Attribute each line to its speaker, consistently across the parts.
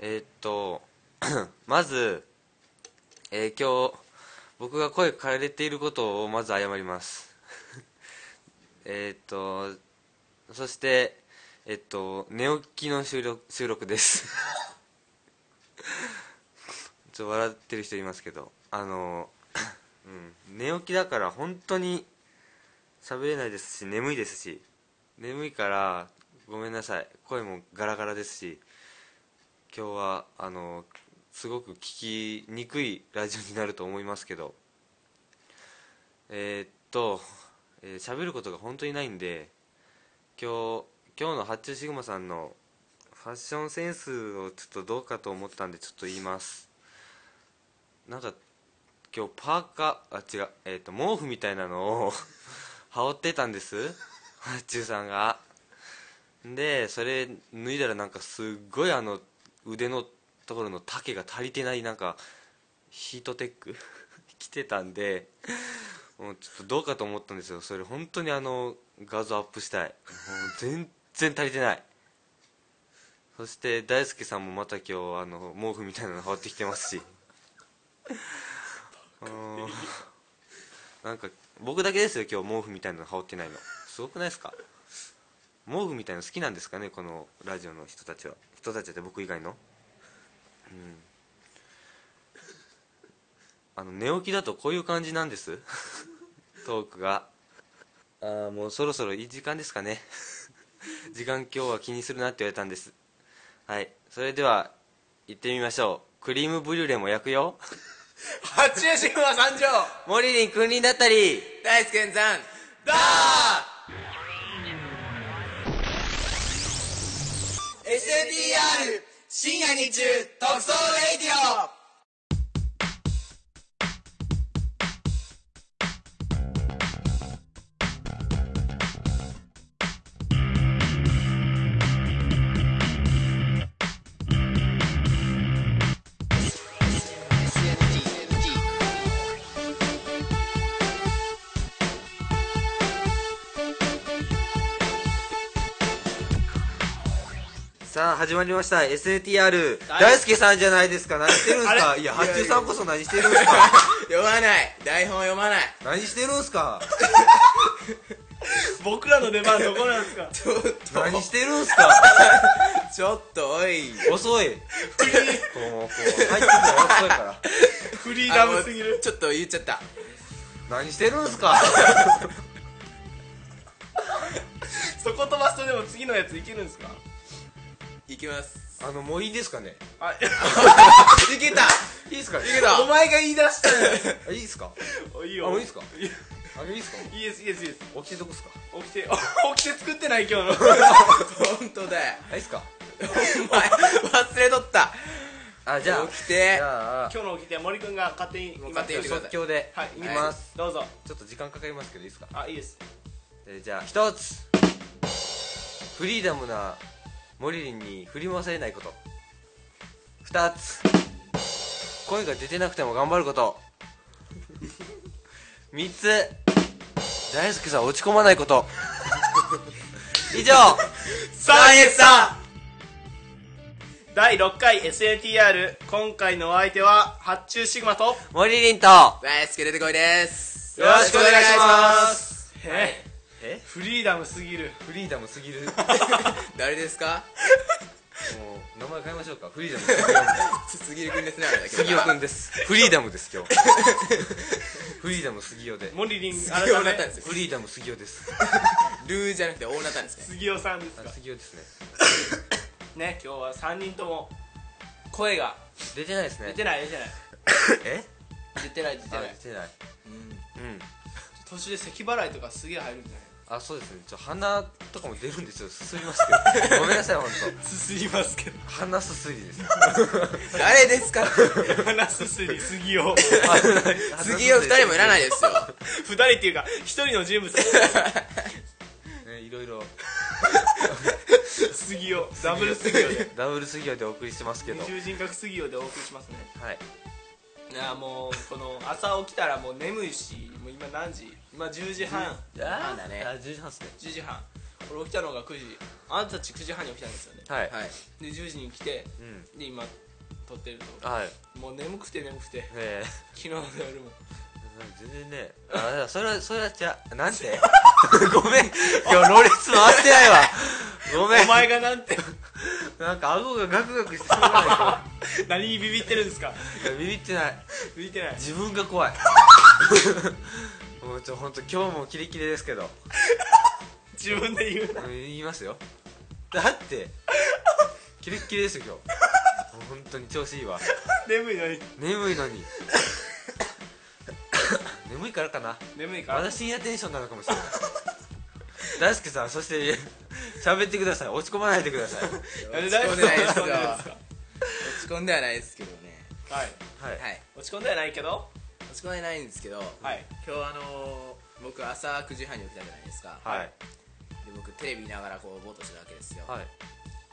Speaker 1: えーっと まず、えー今日僕が声枯れていることをまず謝ります えーっとそしてえっと寝起きの収録収録です ちょっと笑ってる人いますけどあの、うん、寝起きだから本当に喋れないですし眠いですし眠いからごめんなさい声もガラガラですし今日はあのすごく聞きにくいラジオになると思いますけどえーっとえー喋、ることが本当にないんで今日今日の発注シグマさんのファッションセンスをちょっとどうかと思ったんでちょっと言いますなんか今日パーカーあ違う、えーっと毛布みたいなのを 羽織ってたんです発注さんがでそれ脱いだらなんかすっごいあの腕のところの丈が足りてないなんかヒートテック 着てたんでもうちょっとどうかと思ったんですよそれ本当にあの画像アップしたいもう全然足りてないそして大輔さんもまた今日あの毛布みたいなの羽織ってきてますしあーなんか僕だけですよ今日毛布みたいなの羽織ってないのすごくないですか毛布みたいなの好きなんですかねこのラジオの人たちは人たちって僕以外のうんあの寝起きだとこういう感じなんです トークがああもうそろそろいい時間ですかね 時間今日は気にするなって言われたんですはいそれでは行ってみましょうクリームブリュレも焼くよ
Speaker 2: 八重神話三条
Speaker 1: モリリン君臨だったり
Speaker 2: 大輔健さんだー !STR 深夜日中特捜レイディ
Speaker 1: さあ始まりました SNTR 大輔さんじゃないですか何してるんす
Speaker 2: あ
Speaker 1: か
Speaker 2: れ
Speaker 1: いや八中さんこそ何してるんすか
Speaker 2: オ読まない台本読まない
Speaker 1: 何してるんす か
Speaker 3: 僕らの出番どこなんですか
Speaker 2: ちょっと
Speaker 1: 何してるんすか
Speaker 2: ちょっとおい
Speaker 1: 遅いこ
Speaker 3: フリー
Speaker 1: うもうこう入ってくるの遅いから
Speaker 3: フリー
Speaker 2: あ
Speaker 3: ダ
Speaker 2: も
Speaker 3: ム
Speaker 2: う
Speaker 3: すぎる
Speaker 2: ちょっと言っちゃった
Speaker 1: 何してるんすか
Speaker 3: そこ飛ばすとでも次のやついけるんですか
Speaker 2: いきます
Speaker 1: あのもういいですかね
Speaker 3: あ
Speaker 2: いけた
Speaker 1: いいですかね
Speaker 2: いけた
Speaker 3: お前が言い出した
Speaker 1: あいいですか
Speaker 3: よいい
Speaker 1: あ
Speaker 3: よ
Speaker 1: もういいですか
Speaker 3: いい
Speaker 1: あいいですか
Speaker 3: いいですいいですいいです
Speaker 1: 起きてどこっすか
Speaker 3: 起きて 起きて作ってない今 日の
Speaker 2: 本当だよ
Speaker 1: あいいっすか
Speaker 2: お前忘れとった
Speaker 1: あじゃあ
Speaker 2: 起き
Speaker 1: じ
Speaker 2: て
Speaker 1: ゃあ
Speaker 3: 今日の起きて森君が勝手に
Speaker 2: 勝手に言ってください
Speaker 1: 即興で
Speaker 3: はい
Speaker 1: いきます
Speaker 3: どうぞ
Speaker 1: ちょっと時間かかりますけどいいですか
Speaker 3: あいいです
Speaker 1: えーじゃあ一つフリーダムなモリリンに振り回されないこと二つ声が出てなくても頑張ること三つ大輔さん落ち込まないこと以上
Speaker 3: さあイエスさ第6回 SNTR 今回のお相手は発注シグマとよ
Speaker 1: モリリンとは
Speaker 2: 大輔出てこいです
Speaker 1: よろしくお願いします
Speaker 3: すえ
Speaker 1: え
Speaker 3: フリーダムすぎる
Speaker 1: フリーダムす ぎるも
Speaker 2: 誰ですか
Speaker 1: う名前変えましょうかフリーダムすぎる
Speaker 2: 杉浦君ですねあれだけど
Speaker 1: 杉尾くんですフリーダムです今日フリーダム杉尾で
Speaker 3: モリリン
Speaker 2: 杉
Speaker 3: 改
Speaker 2: 尾なったん
Speaker 3: め
Speaker 2: ですよ
Speaker 1: フリーダム杉尾です
Speaker 2: ルーじゃなくて大なったんですね
Speaker 3: 杉尾さんです
Speaker 1: あ
Speaker 3: が
Speaker 1: 杉尾ですね
Speaker 3: ね今日は3人とも声が
Speaker 1: 出てないですね
Speaker 3: 出てない出てない
Speaker 1: え
Speaker 3: 出てない出て
Speaker 1: あ
Speaker 3: ない
Speaker 1: 出てないうん
Speaker 3: 途中で咳払いとかすげえ入るんじゃない
Speaker 1: あそうですねちょ鼻とかも出るんですよすすりますけどごめんなさい本
Speaker 3: すすりますけど
Speaker 1: 当鼻すすりです
Speaker 2: 誰で すか
Speaker 3: 鼻すすり杉尾
Speaker 2: 杉尾2人もいらないですよ
Speaker 3: 二人っていうか一人の人物
Speaker 1: ねいろいろ
Speaker 3: 杉尾ダブル杉尾で
Speaker 1: ダブル杉尾でお送りしてますけど
Speaker 3: 二重人格杉尾でお送りしますね
Speaker 1: はい
Speaker 3: いやもうこの朝起きたらもう眠いしもう今何時今10時半
Speaker 2: なんだね
Speaker 1: あ10時半っすね
Speaker 3: 10時半俺起きたのが9時あなたたち9時半に起きたんですよね
Speaker 1: はい、
Speaker 2: はい
Speaker 3: で10時に来て
Speaker 1: うん
Speaker 3: で今撮ってる
Speaker 1: はい
Speaker 3: ともう眠くて眠くて
Speaker 1: え
Speaker 3: 昨日の夜も
Speaker 1: ー、全然ねあそれはそれはじゃあなんてごめん今日ロレツ回ってないわごめん
Speaker 3: お前がなんて
Speaker 1: なんか顎がガクガクしてしょうがないか
Speaker 3: 何にビビってるんですから
Speaker 1: いやビビってない
Speaker 3: ビビってない
Speaker 1: 自分が怖いもうちょ本当今日もキレキレですけど
Speaker 3: 自分で言うな
Speaker 1: うん言いますよだってキレッキレですよ今日もう本当に調子いいわ
Speaker 3: 眠いのに
Speaker 1: 眠いのに眠いからかな
Speaker 3: 眠いから
Speaker 1: まだ深夜テンションなのかもしれない大輔さんそして喋ってください落ち込まないでください
Speaker 3: なんで
Speaker 2: 落ち込んでないですよ
Speaker 3: 落ち込んでないですか
Speaker 2: 落ち込んではないですけどね
Speaker 3: はい
Speaker 1: はい、
Speaker 2: はい
Speaker 3: 落ち込んではないけど
Speaker 2: 落ち込んでないんですけど、
Speaker 3: はい
Speaker 2: 今日あのー僕朝9時半に起きたじゃないですか、
Speaker 1: はい
Speaker 2: で僕テレビ見ながらこうぼーっとしてたわけですよ、
Speaker 1: はい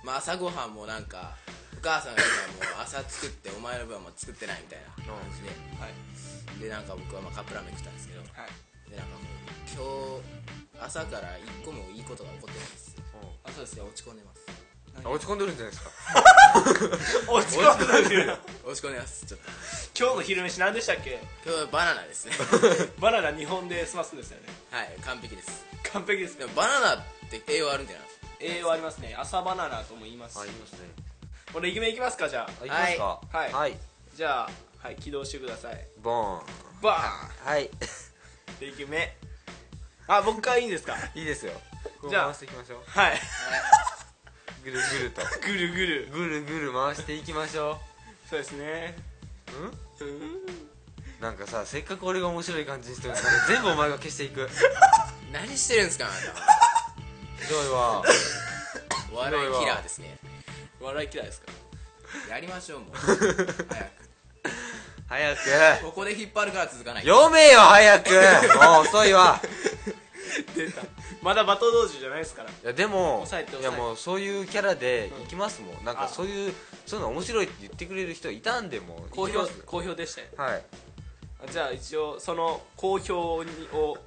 Speaker 2: まあ、朝ごはんもなんかお母さんが今もう朝作ってお前の分はもう作ってないみたいな感じで
Speaker 3: はい
Speaker 2: でなんか僕はまあカップラーメン食ったんですけど
Speaker 3: はい
Speaker 2: でなんかもう今日朝から一個もいいことが起こってないです
Speaker 3: あそうです
Speaker 2: い
Speaker 3: よ
Speaker 2: や落ち込んでます
Speaker 1: あ落ち込んでるんじゃないですか
Speaker 3: 落ち込んでる
Speaker 2: 落ち込んでますちょっと
Speaker 3: 今日の昼飯何でしたっけ
Speaker 2: 今日はバナナ ですね
Speaker 3: バナナ2本で済ますんですよね
Speaker 2: はい完璧です
Speaker 3: 完璧ですね
Speaker 2: でもバナナって栄養あるんじゃない
Speaker 3: 栄養ありますね朝バナナとも言います
Speaker 1: あ
Speaker 3: し
Speaker 1: いますね
Speaker 3: これイケメンいきますかじゃあ
Speaker 1: あいきますか
Speaker 3: はい
Speaker 1: はい、
Speaker 3: じゃあはい起動してください
Speaker 1: ボーン
Speaker 3: バ
Speaker 1: はい
Speaker 3: ーンでイケメンあ僕からいいんですか
Speaker 1: いいですよ
Speaker 3: じゃあ
Speaker 1: 回していきましょう
Speaker 3: はい
Speaker 1: ぐるぐると
Speaker 3: ぐるぐる
Speaker 1: ぐるぐる回していきましょ
Speaker 3: そうですね
Speaker 1: ううん
Speaker 3: うん
Speaker 1: なんかさせっかく俺が面白い感じにしてるのになんか全部お前が消していく
Speaker 2: 何してるんですかあなた
Speaker 1: ひどいわ
Speaker 2: お笑いキラーですね笑いキラーですかやりましょうもう早く
Speaker 1: 早く
Speaker 2: ここで引っ張るから続かない
Speaker 1: 読めよ早くもう遅いわ
Speaker 3: 出たまだバト道中じゃないですから
Speaker 1: いやでも
Speaker 3: 抑えて
Speaker 1: いや
Speaker 3: 抑えて
Speaker 1: もうそういうキャラでいきますもん、なん
Speaker 3: あ
Speaker 1: かそういうそういうの面白いって言ってくれる人いたんでもう
Speaker 3: 好
Speaker 1: いきま
Speaker 3: 評
Speaker 1: す
Speaker 3: 好評でしたよ
Speaker 1: はい
Speaker 3: あじゃあ一応その好評にを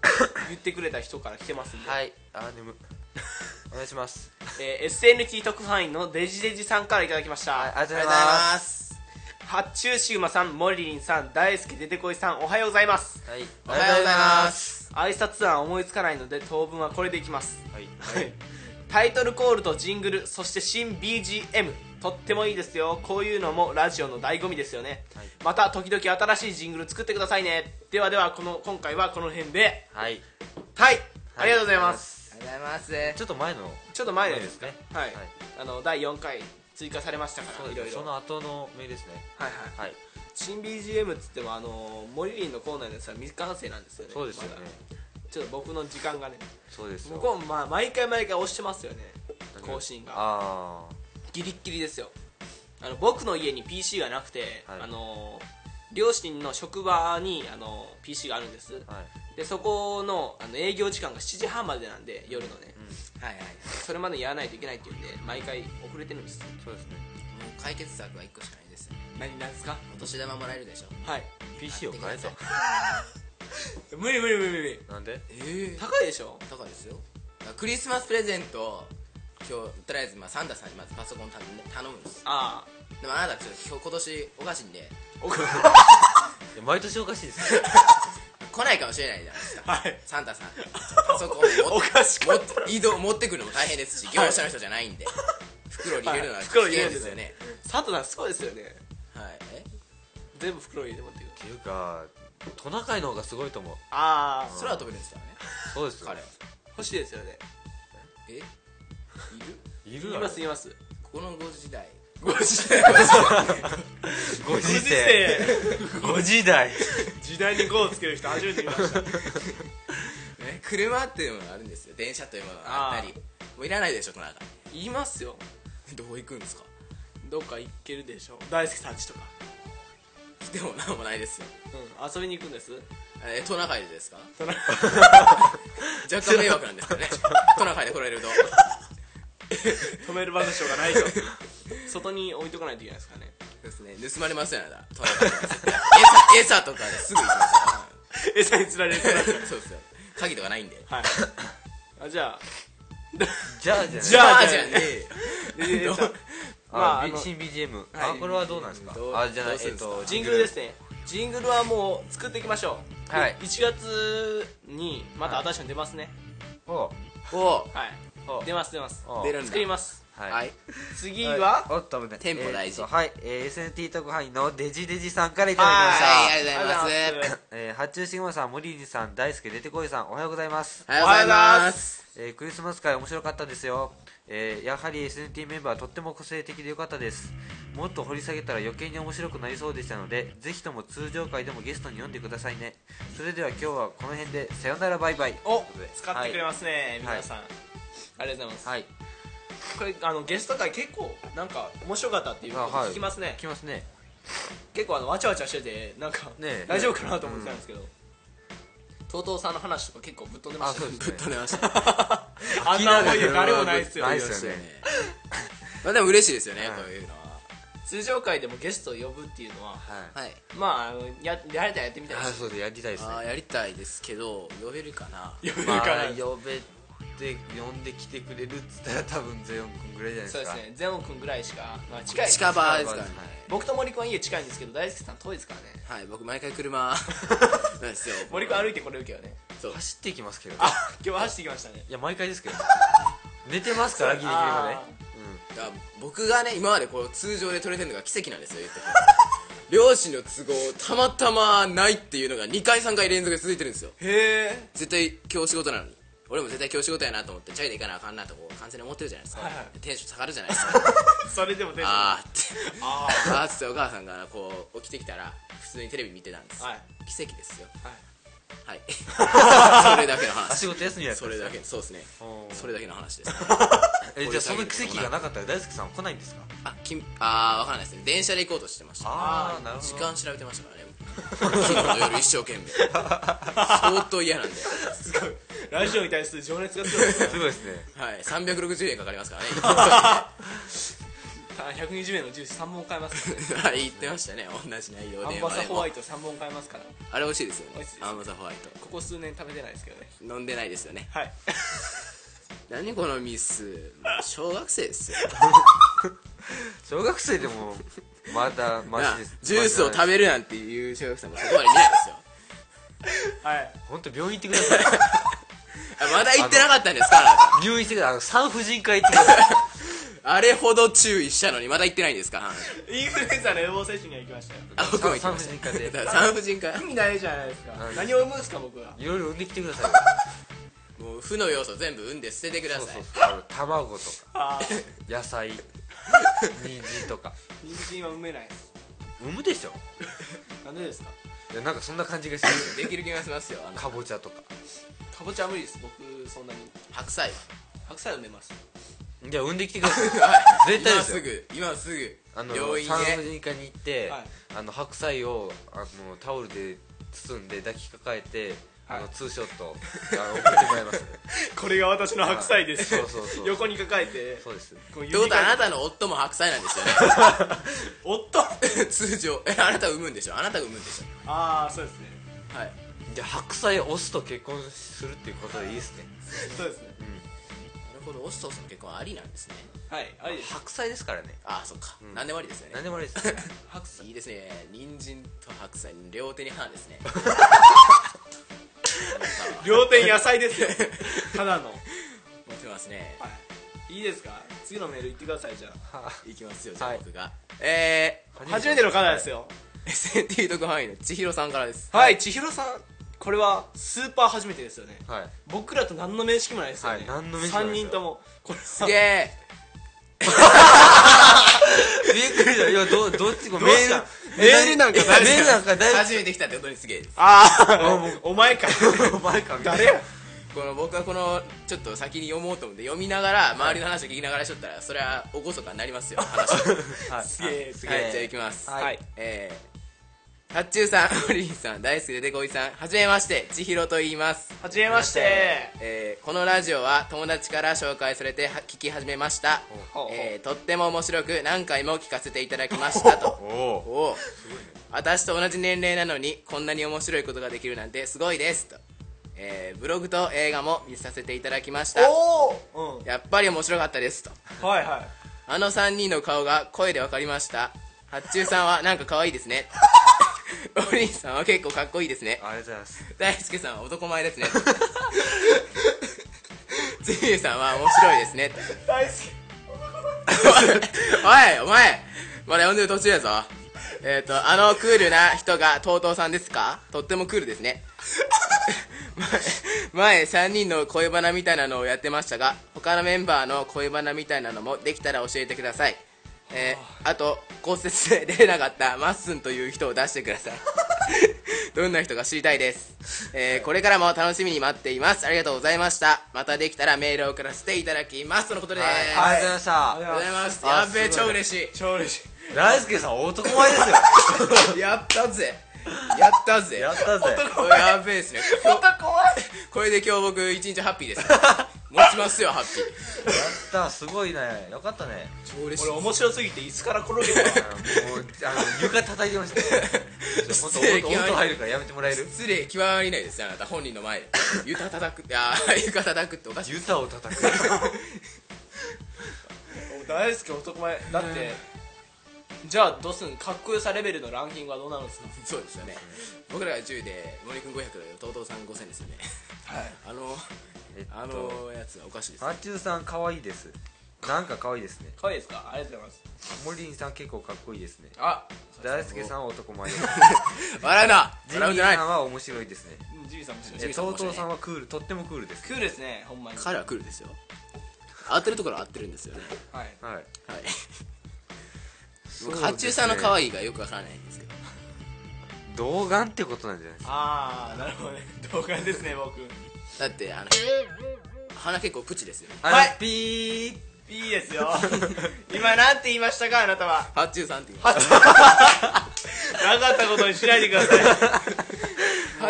Speaker 3: 言ってくれた人から来てますんで、
Speaker 1: はいあ眠お願いします
Speaker 3: えー SNT 特派員のデジデジさんからいただきました、
Speaker 1: はいありがと
Speaker 2: あ
Speaker 1: う
Speaker 2: りが
Speaker 1: ござい
Speaker 2: とうござい
Speaker 1: ま
Speaker 2: ます
Speaker 3: 発注シグマさんモリリンさん大輔出てこいさんおはようございます
Speaker 1: すはい
Speaker 2: おはようございますす
Speaker 3: 挨拶案思いつかないので当分はこれでいきます
Speaker 1: はい
Speaker 3: はい タイトルコールとジングルそして新 BGM とってもいいですよこういうのもラジオの醍醐味ですよね、
Speaker 1: はい
Speaker 3: また時々新しいジングル作ってくださいねではではこの今回はこの辺で
Speaker 1: はい
Speaker 3: はい、ありがとうございます
Speaker 2: ありがとうございます
Speaker 1: ちょっと前の
Speaker 3: ちょっと前の
Speaker 1: 前
Speaker 3: で
Speaker 1: ですす
Speaker 3: ね
Speaker 1: ね
Speaker 3: はい、
Speaker 1: はい
Speaker 3: あの第4回追加されましたか
Speaker 1: そ
Speaker 3: ら
Speaker 1: う
Speaker 3: い
Speaker 1: で
Speaker 3: ろい
Speaker 1: す
Speaker 3: ろ
Speaker 1: そ
Speaker 3: はい
Speaker 1: の後のメールですね
Speaker 3: はい
Speaker 1: はい
Speaker 3: 新 BGM っつってもあのモリリンのコーナーのやつは未完成なんですよね
Speaker 1: そうですよね
Speaker 3: まだちょっと僕の時間がね
Speaker 1: そうですよ
Speaker 3: 僕もまあ毎回毎回押してますよね
Speaker 1: 何が
Speaker 3: 更新が
Speaker 1: あ
Speaker 3: ギリッギリですよあの僕の家に PC がなくて、
Speaker 1: はい
Speaker 3: あの両親の職場にあの PC があるんです、
Speaker 1: あはい
Speaker 3: でそこのあの営業時間が7時半までなんで夜のね、
Speaker 2: はいはい
Speaker 3: それまでやらないといけないっていうんで毎回遅れてるんです
Speaker 1: そうですね
Speaker 2: もう解決策は一個しかないですね
Speaker 3: 何なんですか
Speaker 2: お年玉もらえるでしょ
Speaker 3: はい
Speaker 1: PC を変え
Speaker 2: 買って
Speaker 1: た
Speaker 3: 無理無理無理無理
Speaker 1: なんで
Speaker 2: え
Speaker 3: 高いでしょ
Speaker 2: 高いですよだからクリスマスプレゼント今日とりあえずまあサンタさんにまずパソコン頼む頼むんです
Speaker 3: あ
Speaker 2: でもあなたちょっと今日今年おかしいんで
Speaker 3: あ
Speaker 1: いや毎年おかしいです よ
Speaker 2: 来ないかもしれないじゃないですか
Speaker 3: はい
Speaker 2: サンタさんパソコンを持って
Speaker 3: おかしか
Speaker 2: 持
Speaker 3: っ
Speaker 2: った
Speaker 3: ら
Speaker 2: 移動持ってくるのも大変ですし業者の人じゃないんで、袋に入れるのは
Speaker 3: はい
Speaker 2: 危
Speaker 3: 袋
Speaker 2: 険
Speaker 3: に入れる
Speaker 2: ですよね
Speaker 3: 佐藤さんすごいですよね
Speaker 2: はいえ
Speaker 3: 全部袋に入れて持ってくる
Speaker 1: っていうかトナカイの方がすごいと思う
Speaker 3: ああ
Speaker 2: 空は飛べるんですからね
Speaker 1: そうですよ
Speaker 2: 彼は
Speaker 3: 欲しいですよね
Speaker 2: えいる
Speaker 1: い
Speaker 3: い
Speaker 1: る
Speaker 3: ますいます
Speaker 2: ここのご時代
Speaker 3: ご時
Speaker 1: ご時世
Speaker 3: 世
Speaker 1: ご時代
Speaker 3: 時代に5をつける人初めて見ました
Speaker 2: ね車っていうものがあるんですよ電車というものがあったりもういらないでしょトナカ
Speaker 3: 言いますよ
Speaker 2: イ どこ行くんですか
Speaker 3: どっか行けるでしょ大好きさんちとか、
Speaker 2: 来てもなんもないですよ
Speaker 3: うん、遊びに行くんです
Speaker 2: えトナカイでですか
Speaker 3: その
Speaker 2: 若干迷惑なんですかねトナカイで来られると
Speaker 3: 止める場所がないと 外に置いとかないといけないですからね
Speaker 2: そうですね盗まれますよあなたトナカイは絶対餌餌とかですぐ行きますよ
Speaker 3: 餌に釣られるから
Speaker 2: そうですよ鍵とかないんで
Speaker 3: はいあじゃあ
Speaker 1: じゃあじゃない
Speaker 3: じゃあ
Speaker 2: じゃねえよ
Speaker 1: あ、
Speaker 3: まああ
Speaker 1: ビ
Speaker 3: の
Speaker 1: 新 BGM、
Speaker 2: はい
Speaker 1: あこれはどうなんですか
Speaker 2: どう
Speaker 1: あじゃない
Speaker 2: どうす
Speaker 1: え
Speaker 2: るん
Speaker 1: っ
Speaker 2: ですか
Speaker 1: と
Speaker 3: ジングルですねジングルはもう作っていきましょう
Speaker 1: はい
Speaker 3: 1月にまた新しいの出ますね
Speaker 1: お
Speaker 2: お
Speaker 3: はい
Speaker 1: お
Speaker 3: 出ます出ます
Speaker 1: お
Speaker 2: 出るんだ
Speaker 3: 作ります
Speaker 1: はい
Speaker 2: はい
Speaker 3: 次は
Speaker 1: おっと危ない
Speaker 2: テンポ大事
Speaker 1: えーっとはい、えー SNT 特派員のデジデジさんからいただきました
Speaker 2: はいあり
Speaker 3: あ
Speaker 2: がとうございます
Speaker 1: えー、発注シグマさん、森リさん、大輔出てこいさん、おはようございます。
Speaker 2: おはようございます
Speaker 1: えークリスマス会面白かったですよ。えーやはり SNT メンバーとっても個性的で良かったです。もっと掘り下げたら余計に面白くなりそうでしたので、ぜひとも通常会でもゲストに読んでくださいね。それでは今日はこの辺で、さよならバイバイ。と
Speaker 3: お
Speaker 1: いうことで
Speaker 3: 使ってくれますね
Speaker 1: はい
Speaker 3: 皆さんありがとうございます
Speaker 1: はい。
Speaker 3: これあのゲスト会結構なんか面白かったっていうこと
Speaker 1: あはい
Speaker 3: 聞きますね
Speaker 1: 来ますね。
Speaker 3: 結構あのわちゃわちゃしててなんか
Speaker 1: ねえ
Speaker 3: 大丈夫かなと思ってたんですけど TOTO さんの話とか結構ぶっ飛んでました
Speaker 1: あそ
Speaker 3: ね
Speaker 1: うです
Speaker 2: ぶっ飛んでました
Speaker 3: あんな思い出誰もないですよ
Speaker 1: ないっ
Speaker 2: です
Speaker 1: よね。
Speaker 2: まあでも嬉しいですよね
Speaker 1: はい
Speaker 2: こういうのは
Speaker 3: 通常会でもゲストを呼ぶっていうのは
Speaker 1: はい。
Speaker 2: はい
Speaker 3: まああのややれたらやってみたい
Speaker 1: あ
Speaker 3: で
Speaker 1: ー、
Speaker 3: す
Speaker 1: そうで、やりたいですね
Speaker 2: あ。ーやりたいですけど呼べるかな
Speaker 3: 呼べるか
Speaker 1: ま
Speaker 3: ら
Speaker 1: あ、呼べて、呼んできてくれるっつったら多分ゼヨン君ぐらいじゃないです
Speaker 3: そう
Speaker 1: か。
Speaker 3: ですねゼオン君ぐらいしか、まあ、近い
Speaker 2: 近場ですからね
Speaker 3: 僕と森君は家近いんですけど大輔さん遠いですからね
Speaker 2: はい僕毎回車 なんですよ
Speaker 3: 森君歩いてこれるけどね
Speaker 2: そう
Speaker 1: 走っていきますけどね
Speaker 3: あ今日走ってきましたね
Speaker 1: いや毎回ですけど寝てますからギリギリまで
Speaker 3: あ
Speaker 2: いや僕がね今までこう通常で取れてるのが奇跡なんですよ言ってて両親の都合たまたまないっていうのが2回3回連続で続いてるんですよ
Speaker 3: へえ
Speaker 2: 絶対今日仕事なのに俺も絶対今日仕事やなと思ってチャリで行かなあかんなとこう完全に思ってるじゃないですか、
Speaker 3: はいはい
Speaker 2: でテンション下がるじゃないです か
Speaker 3: それでも出てる
Speaker 2: あーって
Speaker 3: あ
Speaker 2: あーっつってお母さんがこう起きてきたら普通にテレビ見てたんです、
Speaker 3: はい
Speaker 2: 奇跡ですよ
Speaker 3: はい
Speaker 2: はい それだけの
Speaker 1: あ仕
Speaker 2: 話
Speaker 1: 事休みやった
Speaker 2: そ
Speaker 1: んで
Speaker 2: れ
Speaker 1: す
Speaker 2: だ
Speaker 1: か
Speaker 2: けそうですね
Speaker 1: おー
Speaker 2: それだけの話ですね
Speaker 1: えじゃあその奇跡がなかったら大輔さんは来ないんですか
Speaker 2: あきんあーわからないですね電車で行こうとしてました
Speaker 1: ああなるほど
Speaker 2: 時間調べてましたからね昨日の夜一生懸命相当嫌なんで、
Speaker 3: すごい ラジオに対する情熱がすごいですね
Speaker 1: すごいですね
Speaker 2: はい、360円かかりますからね
Speaker 3: あ120円のジュース3本買えます
Speaker 2: はい言ってましたね同じ内容
Speaker 3: アン
Speaker 2: 電
Speaker 3: バ
Speaker 2: 話
Speaker 3: サ
Speaker 2: で
Speaker 3: ホ
Speaker 2: も
Speaker 3: ワイト3本買えますから
Speaker 2: あれ美味しいですよね
Speaker 3: 美味しいです
Speaker 2: アンバサホワイト
Speaker 3: ここ数年食べてないですけどね
Speaker 2: 飲んでないですよね
Speaker 3: はい
Speaker 2: 何このミス小学生ですよ
Speaker 1: 小学生でもまだマ
Speaker 2: なあ
Speaker 1: シです
Speaker 2: ジュースを食
Speaker 1: べ
Speaker 2: べるなんていう小学生もそこまで見ない ですよ
Speaker 3: はい
Speaker 1: 本当病院行ってください
Speaker 2: あまだ行ってなかったんですかあなた
Speaker 1: 入院してくださいあの産婦人科行ってください
Speaker 2: あれほど注意したのにまだ行ってないんですか
Speaker 3: インフルエンザの予防接種には行きましたよ
Speaker 2: あ僕も行き
Speaker 1: 産
Speaker 2: ました
Speaker 1: 婦人科で
Speaker 2: だから産婦人科
Speaker 3: 意味ないじゃないですか
Speaker 1: はい
Speaker 3: 何を生むんですか僕はい
Speaker 1: ろいろ産んできてください
Speaker 2: もう負の要素全部産んで捨ててくだ
Speaker 1: そう
Speaker 2: さい
Speaker 1: そうそうあの卵とか
Speaker 3: ああ
Speaker 1: 野菜人参とか
Speaker 3: 人参は産めないです
Speaker 1: 産むでしょ
Speaker 3: なんでですか
Speaker 1: いやなんかそんな感じがしてる
Speaker 2: できる気がしますよあの
Speaker 1: かぼちゃとか
Speaker 3: かぼちゃは無理です僕そんなに
Speaker 2: 白菜
Speaker 3: 白菜埋めます
Speaker 1: じゃあ産んできてください
Speaker 2: はい
Speaker 1: 絶対ですよ
Speaker 2: 今すぐ
Speaker 1: あの
Speaker 2: 今すぐ病院
Speaker 1: 産婦
Speaker 2: へ
Speaker 1: 人科に行って、
Speaker 3: はい
Speaker 1: あの白菜をあのタオルで包んで抱きかかえて、あ
Speaker 3: は
Speaker 1: の
Speaker 3: い
Speaker 1: ツーショットあの送ってもらいますね
Speaker 3: これが私の白菜です
Speaker 1: はいそうそうそう
Speaker 3: 横に抱えて
Speaker 1: そうです
Speaker 3: こう
Speaker 2: ってことはあな
Speaker 3: た
Speaker 2: たの夫も白菜なんですよね
Speaker 3: 夫
Speaker 2: 通常えあなた産むんでしょあなた産むんでし
Speaker 3: ああそうですね
Speaker 2: ょはい
Speaker 1: じゃあ白菜オスと結婚するっていうことでいいですね
Speaker 3: そうですね
Speaker 2: なるほどオスとオスの結婚ありなんですね
Speaker 3: はいありです
Speaker 1: 白菜ですからね
Speaker 2: ああそっか、
Speaker 1: ん
Speaker 2: 何でもありですよ
Speaker 1: 何
Speaker 2: ね
Speaker 1: でもありですね
Speaker 3: 白菜
Speaker 2: いいですね人参と白菜両手に 半ですね
Speaker 3: 両手に野菜ですよただの、は
Speaker 2: 持ってますね
Speaker 3: い、いいですか次のメール言ってくださいじゃ
Speaker 2: いきますよじゃあ
Speaker 1: はい
Speaker 2: 僕が、え
Speaker 3: あ初めての方ですよ
Speaker 2: ー、SNT 特派員の千尋さんからです
Speaker 3: はい千尋さんこれはスーパー初めてですよね
Speaker 1: はい
Speaker 3: 僕らと何の面識もないですよね、
Speaker 1: はい何の面識もないですよ
Speaker 3: 3人ともこれ
Speaker 2: す
Speaker 3: す
Speaker 2: げえ
Speaker 1: びっくりしたいやどどっちもメ
Speaker 3: し
Speaker 1: ー
Speaker 3: た
Speaker 1: ルメールなんか大メールなんか大
Speaker 2: 初めて来たってことにすげえです
Speaker 3: ああお前か
Speaker 1: お前かみたいな
Speaker 3: 誰や
Speaker 2: この僕はこのちょっと先に読もうと思って読みながら周りの話を聞きながらしとったらそれはおごそかになりますよ話はい
Speaker 1: はい
Speaker 3: すげえ
Speaker 1: はい
Speaker 3: す
Speaker 2: じ
Speaker 3: げ
Speaker 2: ゃ
Speaker 1: え
Speaker 2: あいきます
Speaker 1: はい
Speaker 3: はい
Speaker 2: えーはっちゅうさん、おりんさん、大好きででこいさん、はじめまして、ちひろと言います。
Speaker 3: はじめまして
Speaker 2: えーこのラジオは友達から紹介されては聞き始めました
Speaker 3: ほうほう、
Speaker 2: えーとっても面白く何回も聞かせていただきましたと
Speaker 1: おお
Speaker 2: おお私と同じ年齢なのにこんなに面白いことができるなんてすごいですと、えーブログと映画も見させていただきました
Speaker 3: おお、うん、
Speaker 2: やっぱり面白かったですと
Speaker 3: はいはい
Speaker 2: あの3人の顔が声で分かりました八中さんはなんか可愛いです ねお兄さんは結構かっこいいですね
Speaker 1: ありがとうございます
Speaker 2: 大輔さんは男前です ねゼミューさんは面白いですね
Speaker 3: 大好
Speaker 2: おいお前まだ呼んでる途中やぞえっ、とあのクールな人がとうとうさんですかとってもクールですね 前前3人の恋バナみたいなのをやってましたが他のメンバーの恋バナみたいなのもできたら教えてくださいえーあと骨折で出れなかったマッスンという人を出してください どんな人か知りたいです、えーこれからも楽しみに待っていますありがとうございましたまたできたらメールを送らせていただきますとのことです、
Speaker 1: はいありがとうございまし
Speaker 3: あ
Speaker 1: た
Speaker 3: りがとうございま
Speaker 2: ますやっべえ超嬉し
Speaker 3: す超嬉しい
Speaker 1: 大輔さん男前ですよ
Speaker 2: いやったぜやったぜ
Speaker 1: やったぜ
Speaker 2: これやべえですね
Speaker 3: 本当怖い
Speaker 2: これで今日僕一日ハッピーです持ちますよハッピー
Speaker 1: やったすごいねよかったね
Speaker 2: 超嬉しい
Speaker 3: 俺面白すぎて椅子から転げた
Speaker 1: あのもうあの床叩いてま したちょっともっと音入るからやめてもらえる
Speaker 2: 失礼極まりないですねあなた本人の前で床叩くってああ床叩くっておかしい
Speaker 1: ユタを叩く
Speaker 3: 大好き男前だってじゃあどうすんかっこよさレベルのランキングはどうなるんですか
Speaker 2: そうですよね僕らが10で森君500で弟さん5000ですよね
Speaker 3: はい
Speaker 2: あの
Speaker 1: えっと
Speaker 2: あのやつはおかしいです
Speaker 1: ハチューさん可愛いですなんか可愛いですね
Speaker 3: 可愛いですかありがとうございます
Speaker 1: モリンさん結構かっこいいですね
Speaker 3: あ
Speaker 1: 大輔さんは男前 です
Speaker 2: 笑うな
Speaker 1: ジミ
Speaker 2: 笑うんじゃ
Speaker 1: ー
Speaker 2: ない
Speaker 1: さんは面白いですね
Speaker 3: ジミーさんも
Speaker 2: ジ
Speaker 1: え
Speaker 2: ミーさん
Speaker 1: ト
Speaker 2: 面
Speaker 1: ウ
Speaker 2: 白い
Speaker 1: ト
Speaker 2: ね
Speaker 1: ウさんはクールとってもクールです
Speaker 3: クールですねほんまに
Speaker 2: 彼は来るですよ合ってるところは合ってるんですよね
Speaker 3: はい
Speaker 1: はい
Speaker 2: はい
Speaker 1: そうで
Speaker 2: 僕
Speaker 1: すね
Speaker 2: 八中さんの可愛いがよくわからないんですけど
Speaker 1: 童顔ってことなんじゃないですか
Speaker 3: ああなるほどね動画ですね僕
Speaker 2: だってあの鼻結構プチですよね
Speaker 3: はい
Speaker 1: あのピー
Speaker 3: いいですよ 今なんて言いましたかあなたは
Speaker 2: 八中さんっていう
Speaker 3: なかったことにしないでく ださい
Speaker 2: 八中さん結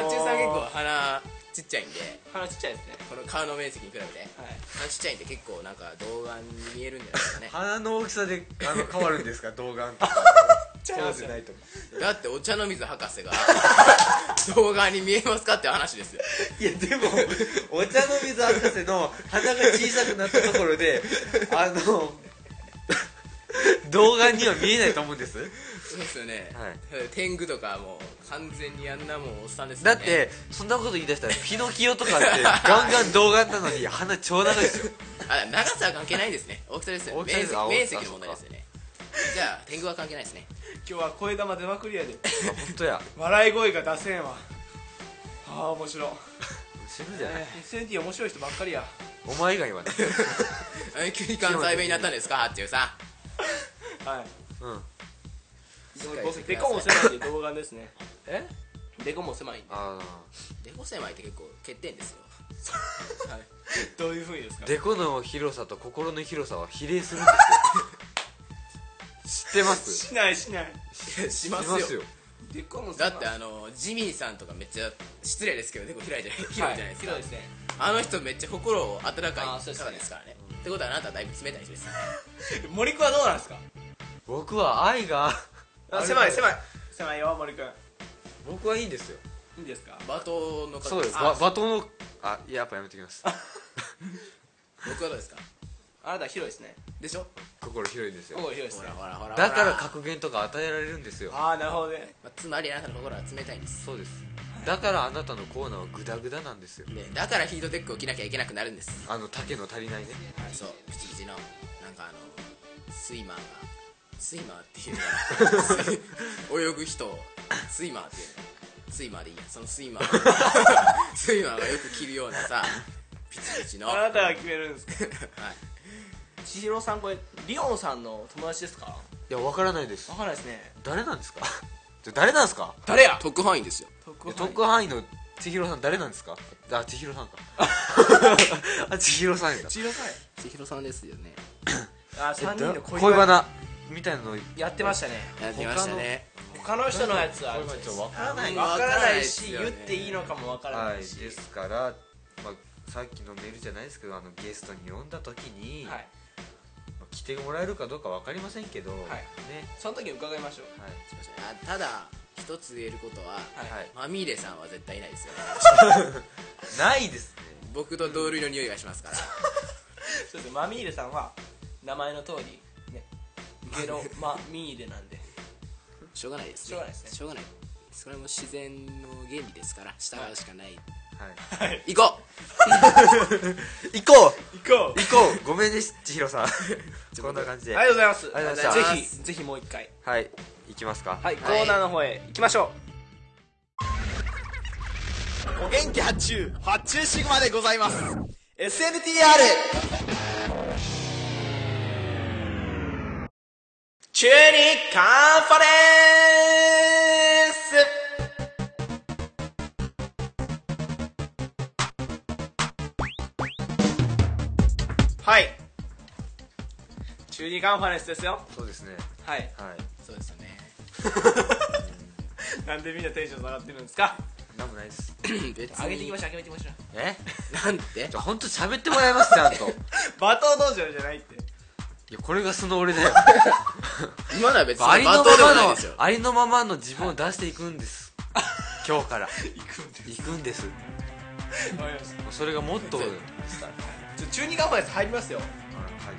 Speaker 2: 構鼻ちっちゃいんで
Speaker 3: 鼻ちっちゃいですね
Speaker 2: この顔の面積に比べて
Speaker 3: はい
Speaker 2: 鼻ちっちゃいんで結構なんか童顔に見えるんじゃないですかね
Speaker 1: 鼻の大きさであの変わるん ですか童顔とか
Speaker 3: ちゃいますよ
Speaker 1: ないと思
Speaker 2: だってお茶の水博士が童顔に見えますかって話ですよ
Speaker 1: ういやでもお茶の水博士の鼻が小さくなったところであの 童顔には見えないと思うんです
Speaker 2: そうですよね、
Speaker 1: はい
Speaker 2: 天狗とかもう完全にあんなもんおっさんですよ
Speaker 1: だ
Speaker 2: ね
Speaker 1: ってそんなこと言い出したらピノキオとかってガンガン童顔なのに鼻超長いですよ
Speaker 2: あ長さは関係ないですね大きさですよ
Speaker 1: 大き
Speaker 2: ね
Speaker 1: さ
Speaker 2: 面
Speaker 1: ですあ
Speaker 2: 積面積の
Speaker 1: 大きさ
Speaker 2: 問題ですよねじゃあ天狗は関係ない ですね
Speaker 3: 今日は声玉出まくりやで
Speaker 1: あ本当や
Speaker 3: 笑い声が出せんわああ面白い、
Speaker 1: 死ぬじゃない
Speaker 3: えー、SNT 面白い人ばっかりや
Speaker 1: お前以外はね
Speaker 2: え急に関西弁になったんですか八中さん
Speaker 3: はい
Speaker 1: うん
Speaker 2: 僕
Speaker 3: デコも狭いんで動画ですね
Speaker 1: え
Speaker 3: デコも狭いんで
Speaker 1: あ
Speaker 2: デコ狭いって結構欠点ですよ
Speaker 3: どういうふうにですか
Speaker 1: ーデコの広さと心の広さは比例するんですよ知ってます
Speaker 3: しないしない
Speaker 2: し
Speaker 1: 知ってますよ
Speaker 3: デコも
Speaker 2: だ
Speaker 3: 狭い
Speaker 2: ってあのジミーさんとかめっちゃ失礼ですけどデコ広いじゃない広いじゃ
Speaker 3: は
Speaker 2: ないですか、
Speaker 3: 広いですね
Speaker 2: あの人めっちゃ心を温かい
Speaker 3: あ
Speaker 2: 方
Speaker 3: ーそう
Speaker 2: で
Speaker 3: ですす
Speaker 2: か
Speaker 3: ね
Speaker 2: らねってことはあなたはだいぶ冷たい人です
Speaker 3: 森君はどうなんですか
Speaker 1: 僕は愛が
Speaker 3: あ狭い狭
Speaker 1: い
Speaker 3: い狭いよ森君
Speaker 1: 僕はいいんですよ
Speaker 3: いいですか
Speaker 2: 罵倒の方
Speaker 1: そうです
Speaker 2: あ
Speaker 1: ババトンのあいややっぱやめてきます
Speaker 2: 僕はどうですか
Speaker 3: あなた広いですね
Speaker 2: でしょ
Speaker 1: 心広いんですよ
Speaker 3: ここ広いです
Speaker 2: ほ
Speaker 3: ね
Speaker 2: らほらほら
Speaker 1: だから
Speaker 2: ほ
Speaker 1: 格言とか与えられるんですよ
Speaker 3: ああなるほどね
Speaker 2: まあつまりあなたの心は冷たいんです
Speaker 1: そうですだからあなたのコーナーはグダグダなんですよ
Speaker 2: ねだからヒートテックを着なきゃいけなくなるんです
Speaker 1: あの丈の足りないね
Speaker 2: そうピチピチのなんかあのスイマーがスイマーっていうの 泳ぐ人をスイマーっていうのスイマーでいいやそのスイマー がスイマーがよく着るようなさピチピチの
Speaker 3: あなたが決めるんですか
Speaker 2: はい
Speaker 3: 千尋さんこれリオンさんの友達ですか
Speaker 1: いやわからないです
Speaker 3: わからないですね
Speaker 1: 誰なんですか ちょ誰なんですか
Speaker 3: 誰や
Speaker 2: 特派員ですよ
Speaker 1: いや
Speaker 3: 特
Speaker 1: 特派員の千尋さん誰なんですかあ千尋さん かあ千尋さんや
Speaker 3: 千尋さんや
Speaker 2: 千尋さんですよね
Speaker 3: あ3人の
Speaker 1: 恋バナみたいなの
Speaker 3: やってましたね
Speaker 2: やってましたね
Speaker 3: 他の人のやつは
Speaker 1: 恋バナちょっとわからない
Speaker 3: わからないし
Speaker 2: わからないですよ
Speaker 3: 言
Speaker 2: ね
Speaker 3: っていいのかもわから
Speaker 1: は
Speaker 3: ないいし
Speaker 1: ですから、まあ、さっきのメールじゃないですけどあのゲストに呼んだ時に、
Speaker 3: はい
Speaker 1: まあ来てもらえるかどうか分かりませんけど、ね
Speaker 3: その時に伺いましょう
Speaker 1: はい
Speaker 2: すいませんあただ一つ言えることは、
Speaker 1: はい
Speaker 2: まみれさんは絶対いないですよね
Speaker 1: ないですね
Speaker 2: 僕と同類の匂いがしますから
Speaker 3: そうですマミーレさんは名前の通りねゲロマミーレなんで
Speaker 2: しょうがないですね
Speaker 3: しょうがないですね
Speaker 2: しょうがないそれも自然の原理ですから従うしかない、
Speaker 1: は
Speaker 2: 行こ
Speaker 1: い行こう
Speaker 3: 行
Speaker 1: 行こ
Speaker 3: こ
Speaker 1: うごめんね千尋 さんこんな感じ
Speaker 3: う
Speaker 1: で
Speaker 3: ありがとうございます
Speaker 1: ありがとうございます
Speaker 3: ぜひぜひもう一回
Speaker 1: はい行きますか
Speaker 3: はいコーナーの方へ行きましょうお元気発注発注シグマでございます SNTR 中にカンファレンスはい中二カンファレンスですよ
Speaker 1: そうですね
Speaker 3: はい
Speaker 1: は
Speaker 2: うそうですよね
Speaker 3: なんでみんなテンション下がってるんですか
Speaker 1: いなんもないです
Speaker 2: 別
Speaker 3: 上げていきま
Speaker 2: し
Speaker 3: しょう上げていきましょう
Speaker 1: えじゃ
Speaker 2: ょなんて
Speaker 1: あ本当喋ってもらいますちゃんとい
Speaker 3: 罵倒道場じゃないって
Speaker 1: やこれがその俺だよ
Speaker 2: 今のは別に
Speaker 1: あり
Speaker 2: 罵
Speaker 1: の
Speaker 2: 倒でも
Speaker 1: ま
Speaker 2: ない
Speaker 1: まの
Speaker 2: ですよ
Speaker 1: ありのままの自分を出していくんです今日から
Speaker 3: 行くんで
Speaker 1: 行くんですも
Speaker 3: わかりまし
Speaker 1: うそれがもっとですから
Speaker 3: たちょ中二カンファレンス入りますよ
Speaker 1: はい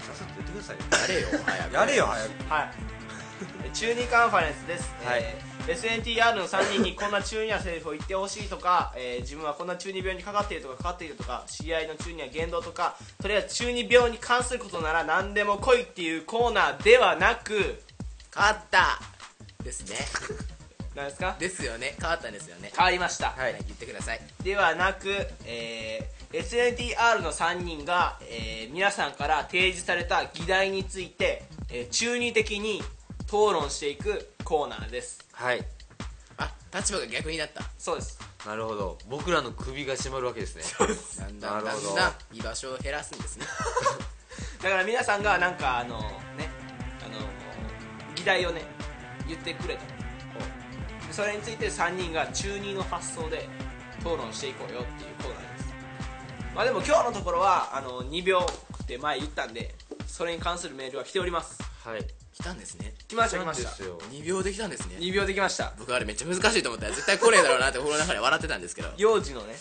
Speaker 1: さっさとやってくださいよ
Speaker 2: やれよ早く
Speaker 1: やれよ早く
Speaker 3: はい中二カンファレンスです、
Speaker 1: はい
Speaker 3: えー SNTR の3人にこんな中二なセリフを言ってほしいとか、えー自分はこんな中二病にかかっているとかかかっているとか知り合いの中二は言動とかとりあえず中二病に関することなら何でも来いっていうコーナーではなく
Speaker 2: 勝ったですね
Speaker 3: 何ですか
Speaker 2: ですよね変わったんですよね
Speaker 3: 変わりました、
Speaker 1: はい
Speaker 2: 言ってください
Speaker 3: ではなく、えー SNTR の3人が、えー皆さんから提示された議題について、えー中二的に討論していくコーナーです
Speaker 1: はい
Speaker 2: あ立場が逆になった
Speaker 3: そうです
Speaker 1: なるほど僕らの首が締まるわけですね
Speaker 2: だんだん
Speaker 1: な
Speaker 2: だ
Speaker 1: るほど
Speaker 2: んだん居場所を減らすんですね
Speaker 3: だから皆さんがなんかあのねあの議題をね言ってくれたでそれについて3人が中二の発想で討論していこうよっていうコーナーですまあでも今日のところはあの2秒って前言ったんでそれに関するメールは来ております
Speaker 1: はい
Speaker 2: 来たんですね
Speaker 3: 来ました
Speaker 1: な
Speaker 3: 来
Speaker 1: ん
Speaker 3: ま
Speaker 1: で
Speaker 3: した
Speaker 1: すよ
Speaker 2: 2秒できたんですね
Speaker 3: 2秒できました
Speaker 2: 僕あれめっちゃ難しいと思ったら絶対来ねえだろうなって心の中で笑ってたんですけど
Speaker 3: 幼児のね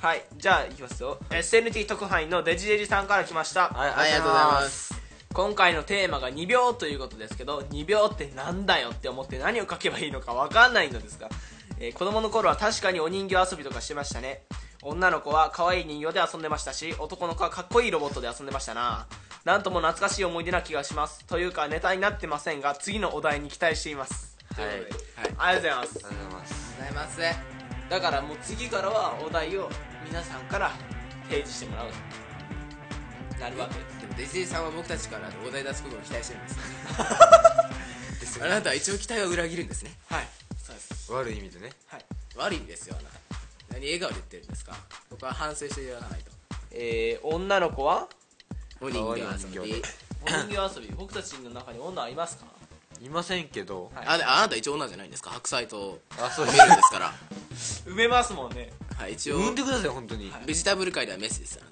Speaker 3: はいじゃあいきますよ SNT 特派員のデジデジさんから来ました
Speaker 1: はい
Speaker 2: ありがとうございます
Speaker 3: 今回のテーマが2秒ということですけど2秒ってなんだよって思って何を書けばいいのか分かんないのですが、えー子供の頃は確かにお人形遊びとかしてましたね女の子は可愛い人形で遊んでましたし男の子はかっこいいロボットで遊んでましたななんとも懐かしい思い出な気がしますというかネタになってませんが次のお題に期待しています
Speaker 1: はい
Speaker 3: ということで
Speaker 2: はい
Speaker 3: ありがとうございます
Speaker 1: ありがとうございます
Speaker 2: ございます
Speaker 3: だからもう次からはお題を皆さんから提示してもらうなるわけです
Speaker 2: でもデジデジさんは僕たちからお題出すことを期待してるんですねあなたは一応期待を裏切るんですね
Speaker 3: はいそうです
Speaker 1: 悪い意味でね
Speaker 3: はい
Speaker 2: 悪いんですよあなた何笑顔で言ってるんですか僕は反省してやらないと
Speaker 3: えー、女の子は
Speaker 2: お人形遊
Speaker 1: お
Speaker 2: び
Speaker 1: 人
Speaker 3: お人形遊び僕たちの中に女はいますか
Speaker 1: いませんけど
Speaker 3: はい
Speaker 2: あであなた一応女じゃないんですか白菜と
Speaker 1: あそ
Speaker 2: 見
Speaker 1: う
Speaker 2: る
Speaker 1: で
Speaker 2: ん
Speaker 1: す
Speaker 2: ですから
Speaker 3: 埋めますもんね
Speaker 2: はい一応
Speaker 1: 産んでください本当に
Speaker 2: ベジタブル界ではメスですよ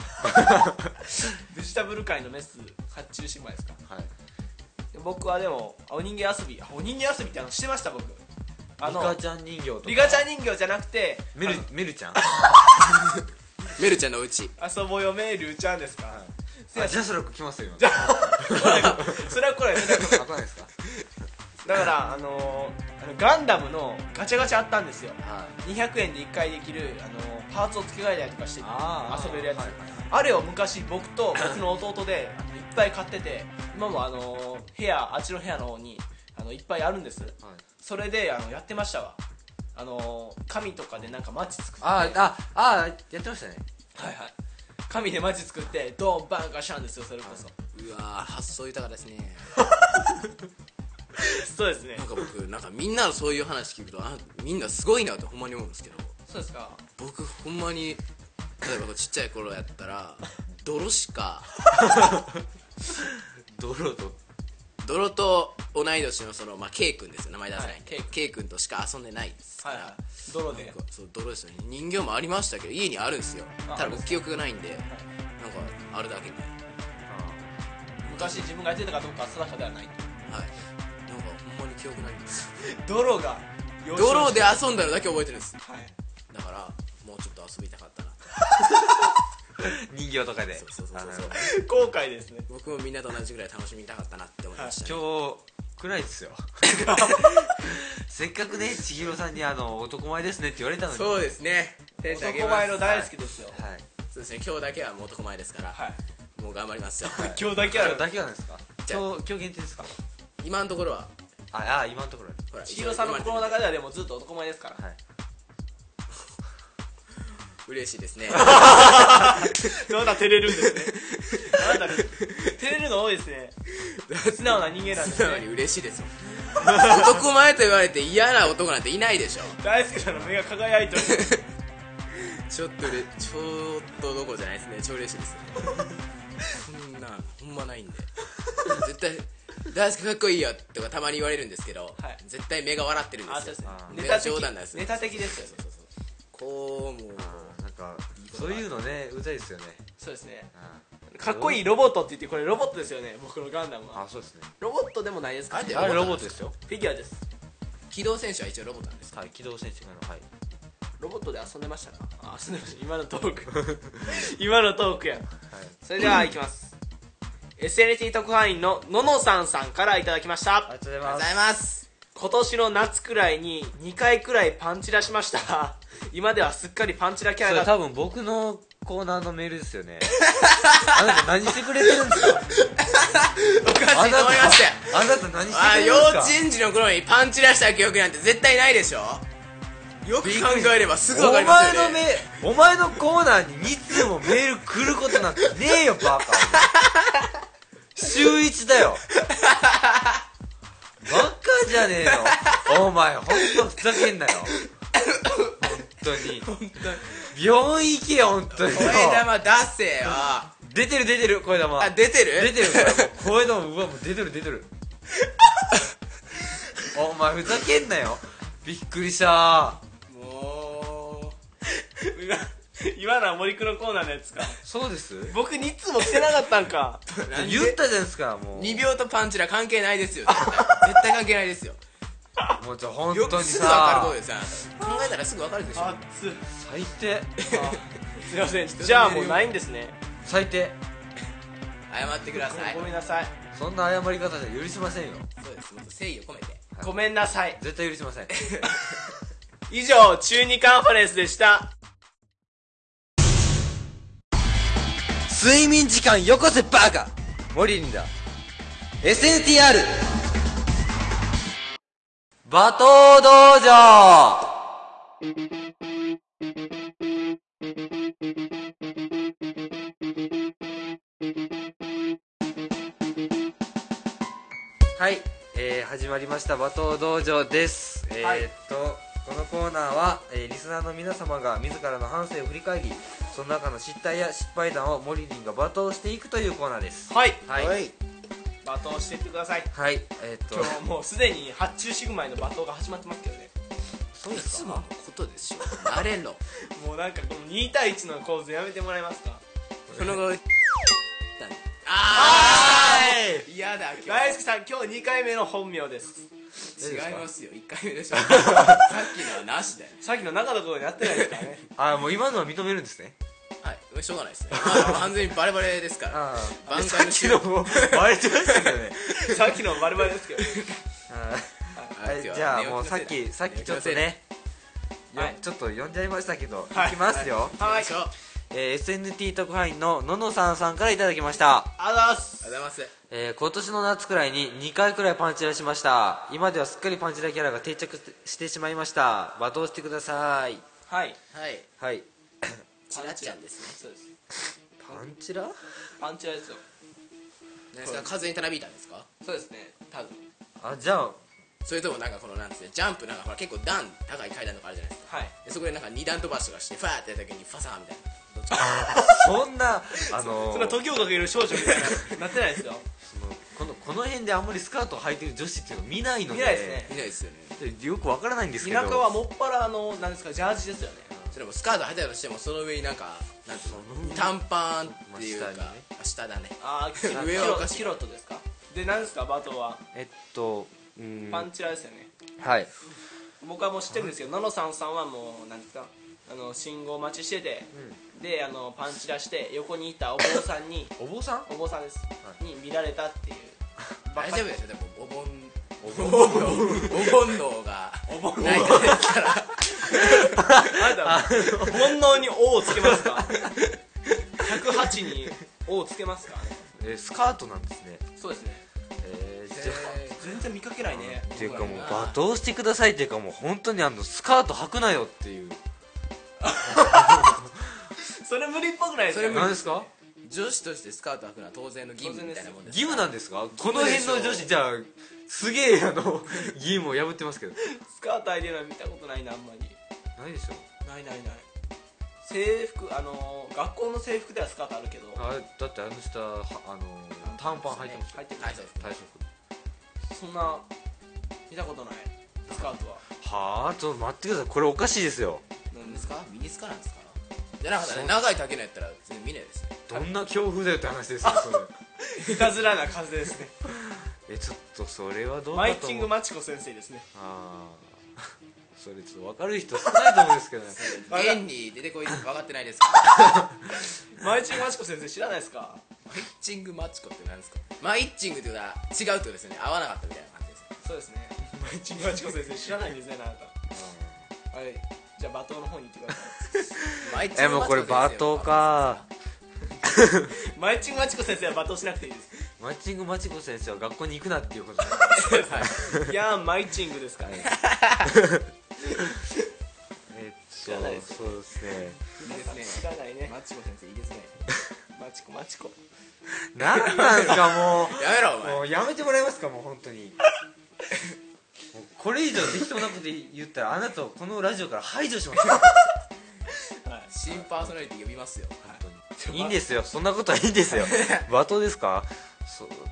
Speaker 3: ベジタブル界のメス発注してもらえですか
Speaker 1: はい
Speaker 3: 僕はでもお人形遊びあお人形遊びってあのしてました僕あ
Speaker 1: リ
Speaker 3: の
Speaker 1: カちゃん人形とか
Speaker 3: リカちゃん人形じゃなくて
Speaker 1: メルメルちゃん
Speaker 2: メルちゃんのうち
Speaker 3: あの遊ぼうよメールちゃんですか、すいま
Speaker 1: あ
Speaker 3: せ
Speaker 1: ジ
Speaker 3: ん
Speaker 1: ャスラック来ますよ今
Speaker 3: じゃあそれは来ないそれは来ない
Speaker 1: あ来ないですか
Speaker 3: だからあのーあのガンダムのガチャガチャあったんですよ
Speaker 1: はい
Speaker 3: 200円で1回できる、あのーパーツを付け替えたりとかして
Speaker 1: あー
Speaker 3: 遊べるやつあ,、
Speaker 1: はいはいはい
Speaker 3: れを昔僕 と僕の弟であのいっぱい買ってて今もあのー部屋あっちの部屋の方にあのいっぱいあるんです
Speaker 1: はい
Speaker 3: それであのやってましたわあのー紙とかでなんかマッチ作って
Speaker 1: あああやってましたね
Speaker 3: はいはい紙でマッチ作ってドンバンガシャンですよそれこそ、
Speaker 2: うわー発想豊かですね
Speaker 3: そうですね
Speaker 2: なんか僕なんかみんなのそういう話聞くとあみんなすごいなってほんまに思うんですけど
Speaker 3: そうですか
Speaker 2: 僕ほんまに例えばこうちっちゃい頃やったら泥しか
Speaker 1: 泥と
Speaker 2: 泥と同い年のその、まあ、K 君ですよ名前出せない、
Speaker 3: はい K 君
Speaker 2: K 君としか遊んでないですか
Speaker 3: はい
Speaker 2: ら、
Speaker 3: はい泥で
Speaker 2: なんかそう泥ですよね人形もありましたけど家にあるんですよた
Speaker 3: ああ
Speaker 2: だ
Speaker 3: るん
Speaker 2: 僕
Speaker 3: です
Speaker 2: 記憶がないんで、なんかあるだけに
Speaker 3: 昔自分がやってたかどうかは定かではない
Speaker 2: はいなんかほんまに記憶ないんです
Speaker 3: 泥が
Speaker 2: 泥で遊んだのだけ覚えてるんです
Speaker 3: はい
Speaker 2: だからもうちょっと遊びたかったな
Speaker 1: 人形とかで
Speaker 2: そうそうそう
Speaker 1: あな
Speaker 2: そ
Speaker 1: る
Speaker 2: う
Speaker 1: ほど
Speaker 3: 後悔ですね
Speaker 2: 僕もみんなと同じぐらい楽しみたかったなって思いました、ね
Speaker 1: 今日暗いですよ せっかくね千尋さんにあの男前ですねって言われたのに
Speaker 2: そうですねテンション上げ
Speaker 3: 男
Speaker 2: ます
Speaker 3: 前の大好きですよ
Speaker 1: はい
Speaker 2: そうですね今日だけはもう男前ですから、
Speaker 3: はい
Speaker 2: もう頑張りますよ、
Speaker 3: 今日だけは
Speaker 1: 今日だけなんですか
Speaker 2: じゃあ
Speaker 1: 今日今日限定ですか
Speaker 2: 今のところは
Speaker 1: ああ今のところ
Speaker 2: ほら
Speaker 3: 千尋さんの心の中ではでもずっと男前ですから
Speaker 1: はい
Speaker 2: 嬉しいです ね
Speaker 3: まだ照れるんですねまだ照れるの多いです ね素直な人間なんで
Speaker 2: 素
Speaker 3: す
Speaker 2: 直に
Speaker 3: ね
Speaker 2: 嬉しいですよ男前と言われて嫌な男なんていないでしょ
Speaker 3: 大好きなの目が輝いてる
Speaker 2: ちょっとうれちょっとどころじゃないですね超嬉しいですそんなほんまないんで絶対大輔かっこいいよとかたまに言われるんですけど、
Speaker 3: はい
Speaker 2: 絶対目が笑ってるんで
Speaker 3: あ
Speaker 2: す
Speaker 3: そう
Speaker 2: よ
Speaker 3: ですね
Speaker 1: あー
Speaker 3: ネタ
Speaker 2: 目
Speaker 3: 的
Speaker 2: が冗談なんですよ
Speaker 3: ネタ的ですよね
Speaker 2: こうもう
Speaker 1: あなんかそういうのねうざいですよね
Speaker 3: そうですね
Speaker 1: あ
Speaker 3: かっこいいロボットって言ってこれロボットですよね僕のガンダムは
Speaker 1: あそうですね
Speaker 3: ロボットでもないですか
Speaker 2: あれ
Speaker 1: あれロ
Speaker 2: ロ
Speaker 1: ボッ
Speaker 2: ボッ
Speaker 1: トで
Speaker 2: トです
Speaker 1: よ
Speaker 3: フィギュアです
Speaker 2: 機動戦士は一応ロボットなんですか
Speaker 1: はい機動戦士のはい
Speaker 3: ロボットで遊んでましたかあ遊んでました今のトー ク今のトークやそれでは行きます SNT 特派員のののさんさんからいただきました
Speaker 1: ありがとうご
Speaker 2: ありがとうご
Speaker 1: ざ
Speaker 2: ざ
Speaker 1: い
Speaker 2: い
Speaker 1: ま
Speaker 2: ます
Speaker 3: 今年の夏くらいに2回くらいパンチラしました今ではすっかりパンチラキ
Speaker 1: すそれ
Speaker 3: ャラが
Speaker 1: 多分僕のコーナーのメールですよ ねあなた何してくれてるんですか
Speaker 2: おかしいと思い ましたよ
Speaker 1: あなた何して
Speaker 2: あ
Speaker 1: くれてるん
Speaker 2: 幼
Speaker 1: ですか
Speaker 2: 稚園児の頃にパンチ出した記憶なんて絶対ないでしょよく考えればすぐ分かり
Speaker 1: お
Speaker 2: ます
Speaker 1: 前
Speaker 2: よ
Speaker 1: の
Speaker 2: ね
Speaker 1: メお前のコーナーに2通もメール来ることなんてねえよバカ週一だよバカじゃねえよお前ほんとふざけんなよ本当に病院行けよ本当によ
Speaker 2: 声玉出せよあ
Speaker 1: 出てる出てる声玉
Speaker 2: 出てる
Speaker 1: 出てる声玉うわもう出てる出 てるお前ふざけんなよびっくりした
Speaker 2: も
Speaker 3: 今のは森くのコーナーのやつか
Speaker 1: そうです
Speaker 3: 僕にいつも来てなかったんか
Speaker 2: なんで
Speaker 1: 言ったじゃないですかも
Speaker 2: う
Speaker 1: う
Speaker 2: 2秒とパンチラ関係ないですよ絶対絶対関係ないで すよ
Speaker 1: もうじゃあ本
Speaker 2: よ
Speaker 1: 当
Speaker 2: く
Speaker 1: に
Speaker 2: すぐ分かる
Speaker 1: さ
Speaker 2: ことですよあなた考えたらすぐ分かるでしょ
Speaker 3: あつ
Speaker 1: 最低
Speaker 3: あすいませんじゃあもうないんですね
Speaker 1: 最低
Speaker 2: 謝ってください
Speaker 3: ごめんなさい
Speaker 1: そんな謝り方じゃ許しませんよ
Speaker 2: そうですもっと誠意を込めて
Speaker 3: ごめんなさい
Speaker 1: 絶対許しません
Speaker 3: 以上中二カンファレンスでした
Speaker 1: 睡眠時間よこせバカモリリンだ SNTR 馬頭道場はい、えー始まりました馬頭道場です、えーっとこのコーナーは、えーリスナーの皆様が自らの反省を振り返りその中の失態や失敗談をモリリンが罵倒していくというコーナーです
Speaker 3: はい
Speaker 1: はいはい、
Speaker 3: 罵倒してってください
Speaker 1: えーっと
Speaker 3: 今日もうすでに発注シグマへの罵倒が始まってますけどね
Speaker 1: そう
Speaker 2: い
Speaker 1: です
Speaker 2: つ
Speaker 1: か
Speaker 2: ものことでしょ 慣れろ
Speaker 3: もうなんかこの2対1の構図やめてもらえますか
Speaker 2: その後あ
Speaker 1: はい
Speaker 2: ー嫌だ今
Speaker 3: 大輔さん今日2回目の本名です
Speaker 2: 日違いますよ1回目 でしょさっきのはなしで
Speaker 3: さっきの中のことになってないですからね
Speaker 1: あーもう今のは認めるんですね
Speaker 2: はいしょうがないです ねまあ完全にバレバレですから
Speaker 1: ああ
Speaker 2: 挽回のしよう
Speaker 1: もバレてましたけどね
Speaker 3: さっきのバレバレですけど
Speaker 1: はいじゃあもうさっきさっきちょっとねよ
Speaker 3: はい
Speaker 1: ちょっと呼んじゃいましたけど、
Speaker 3: はい
Speaker 1: い、きますよ、
Speaker 3: はい
Speaker 2: 行きましょう
Speaker 1: えー SNT 特派員のののさんさんからいただきました
Speaker 3: あざっす
Speaker 2: ありがとうございます
Speaker 1: えー今年の夏くらいに2回くらいパンチラしました今ではすっかりパンチラキャラが定着してしまいました罵倒してください
Speaker 3: はい
Speaker 2: はい
Speaker 1: はい
Speaker 2: チラちゃんですね
Speaker 3: そうです
Speaker 1: パンチラ
Speaker 3: パンチラですよ
Speaker 2: 何ですか風にたなびいたんですか
Speaker 3: そうですね多分
Speaker 1: あじゃあ
Speaker 2: それともなんかこのなんですねジャンプなんかほら結構段高い階段とかあるじゃないですか
Speaker 3: はい
Speaker 2: でそこでなんか二段飛ばしとかしてファーってやった時にファサーみたいなどっちか
Speaker 1: そんなあの
Speaker 3: そんな時をかける少女みたいななってないですよ
Speaker 1: そのこのこの辺であんまりスカートを履いてる女子っていうのを見ないので
Speaker 3: 見ないです
Speaker 2: 見ないですよね
Speaker 1: でよくわからないんですけど
Speaker 3: 田舎はもっぱらあのなんですかジャージですよね
Speaker 2: それもスカート履いたとしてもその上になんかなんていうの短パンっていうか、
Speaker 1: まあ
Speaker 2: あ下だね
Speaker 3: ああキロ
Speaker 2: 上はおかしい
Speaker 3: キロットですかで何ですかバトは
Speaker 1: えっとうん
Speaker 3: パンチラですよね
Speaker 1: はい
Speaker 3: 僕はもう知ってるんですけど野々さんさんはもうなんですかあの信号待ちしてて、であのパンチ出して横にいたお坊さん に
Speaker 1: お坊さん
Speaker 3: お坊さんです、に見られたっていう
Speaker 2: 大丈夫ですよでもお盆
Speaker 1: お
Speaker 2: お
Speaker 1: 坊
Speaker 2: 盆のお盆のがない ですから
Speaker 3: あなた 煩悩に「お」をつけますか108に「お」をつけますか
Speaker 1: えースカートなんですね
Speaker 3: そうですね
Speaker 1: えー、じゃあ
Speaker 3: 全然見かけないね
Speaker 1: っていうかもう罵倒してくださいっていうかもう本当にあのスカート履くなよっていう
Speaker 3: それ無理っぽくないです
Speaker 2: それ
Speaker 3: か
Speaker 2: 無理
Speaker 1: 何ですか
Speaker 2: 女子としてスカート履くのは当然の義務みたいなもんです
Speaker 1: 義務なんですかこの辺の女子
Speaker 2: そうでしょう
Speaker 1: じゃあすげえあの 義務を破ってますけど
Speaker 3: スカート履いてるのは見たことないなあんまり
Speaker 1: ないでしょ
Speaker 3: ないないない制服あのー学校の制服ではスカートあるけど
Speaker 1: あれだってあの下はあの短パン履いてましたよ
Speaker 3: 入ってる
Speaker 2: はいそうです
Speaker 1: 退職
Speaker 3: そんな見たことないスカートは
Speaker 1: はあちょっと待ってくださいこれおかしいですよ
Speaker 3: 何
Speaker 2: ミ
Speaker 3: で
Speaker 2: ニ
Speaker 3: す
Speaker 2: ス
Speaker 3: か
Speaker 2: カミニスカなんですかじゃなかったらね長い丈のやったら全然見ないですね
Speaker 1: どんな強風だよって話ですよそれ
Speaker 3: いたずらな風ですね
Speaker 1: えちょっとそれはどうかと思う
Speaker 3: マイチングマチコ先生ですね
Speaker 1: ああそれちょっと分かる人少ないと思うんですけどね
Speaker 3: わか
Speaker 2: 現に出てこい分かってないですか
Speaker 3: マイチングマチコ先生知らないですか
Speaker 2: マイッチングマッチコって何ですかマイッチングっていうのは違うってことですよね合わなかったみたいな感じです
Speaker 3: そうですねマイチングマチコ先生知らないんですねあなたはいじゃあ罵倒の方に行ってくださ
Speaker 2: マイッチ ン
Speaker 1: え
Speaker 2: グマ
Speaker 1: もう
Speaker 2: ッチ
Speaker 1: こ
Speaker 2: コ
Speaker 1: れ
Speaker 2: ですよ
Speaker 1: 罵倒か
Speaker 3: い マイチングマチコ先生は罵倒しなくていいです
Speaker 1: マッチングマチコ先生は学校に行くなっていうことで
Speaker 2: はい
Speaker 3: いやーマイチングですからね
Speaker 1: え
Speaker 3: 知らないで
Speaker 1: っと
Speaker 3: す
Speaker 1: そうですね
Speaker 2: いいですね
Speaker 3: 知らないね
Speaker 2: マッチコ先生いいですね
Speaker 3: マチコマチコ
Speaker 1: 何なんすかも
Speaker 2: やめろお
Speaker 1: う
Speaker 2: 前
Speaker 1: もうやめてもらえますかもう本当にもうこれ以上適当なこと言ったらあなたをこのラジオから排除しますよ
Speaker 3: はい
Speaker 2: 新パーソナリティ呼びますよ
Speaker 1: 本当に いいんですよそんなことはいいんです よ罵倒ですかそううーん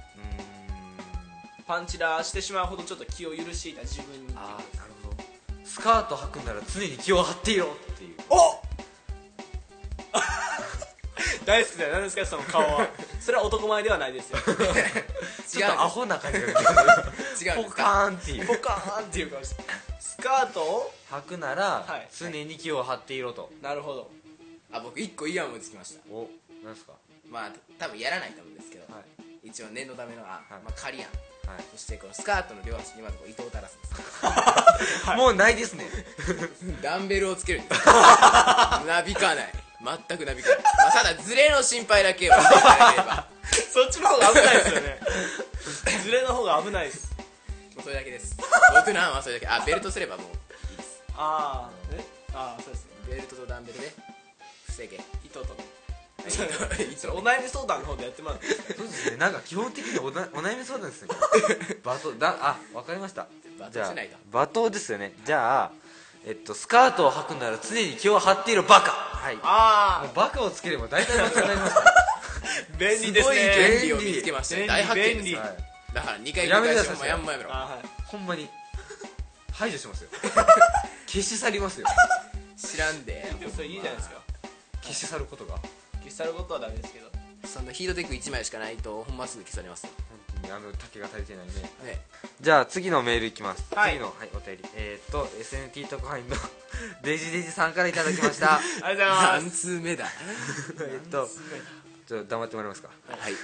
Speaker 3: パンチラしてしまうほどちょっと気を許していた自分にっていう
Speaker 1: ああなるほどスカート履くなら常に気を張っていろっていう
Speaker 3: お大好きだよ何ですかその顔は それは男前ではないですよ
Speaker 1: ちょっとアホな感じが出て
Speaker 2: 違う
Speaker 1: る
Speaker 2: んで
Speaker 1: ポ
Speaker 2: す
Speaker 1: カ
Speaker 2: か
Speaker 1: ーンっていう
Speaker 3: ポカーンっていう顔してスカートを
Speaker 1: 履くなら
Speaker 3: はい
Speaker 1: 常に気を張っていろと
Speaker 3: なるほど
Speaker 2: あ僕一個いい案思いつきました
Speaker 1: おなんですか
Speaker 2: まあ多分やらないと思うんですけど
Speaker 1: はい
Speaker 2: 一応念のためのあ
Speaker 1: はい
Speaker 2: まあ仮案
Speaker 1: はい
Speaker 2: そしてこのスカートの両端にまずこう糸を垂らすんです
Speaker 1: もうないですね
Speaker 2: ダンベルをつけるんですなびかない全くなびかない、まあ、ただズレの心配だけをしていただければも
Speaker 3: そっちの方が危ないですよね ズレの方が危ないです
Speaker 2: うそれだけ です僕の案はそれだけあベルトすればもういいです
Speaker 3: ああえああそうですね
Speaker 2: ベルトとダンベルで防げ
Speaker 3: 糸とね
Speaker 2: 糸
Speaker 3: それお悩み相談の方でやってもらっていいですか
Speaker 1: そうですねなんか基本的におなお悩み相談ですね罵倒だあわかりました
Speaker 2: 罵倒
Speaker 1: じゃ
Speaker 2: しないと
Speaker 1: あ罵倒ですよねじゃあえっとスカートを履くなら常に気を張っているバカはいも
Speaker 3: あ
Speaker 1: うバカをつければ大体バカになりますか
Speaker 3: あ便利
Speaker 2: す
Speaker 3: です
Speaker 2: ごい
Speaker 3: ね
Speaker 2: 原理を見つけましたね
Speaker 3: 便利
Speaker 2: 大発見です
Speaker 3: 便利
Speaker 1: ら、はい、
Speaker 2: だから2回
Speaker 1: やめて
Speaker 2: 繰り
Speaker 1: ください
Speaker 2: 返しお前やんまやめろ
Speaker 3: あ
Speaker 1: ほんまに排除し ますよ消し去りますよ
Speaker 2: 知らんで
Speaker 3: はいでもそれいいじゃないですか
Speaker 1: 消し去ることが本
Speaker 3: 消し去ることはダメですけど
Speaker 2: そんなヒートテック1枚しかないとほんますぐ消されますよ
Speaker 1: 当にあの竹が足りてないね
Speaker 2: ね
Speaker 1: じゃあ次のメールいきます、
Speaker 3: はい
Speaker 1: 次の、はい、お便りえー、っと SNT 特派員の デジデジさんからいただきま した
Speaker 3: ありがとうございます
Speaker 2: 何通目だ
Speaker 1: えっとちょっと黙ってもらえますか
Speaker 2: はい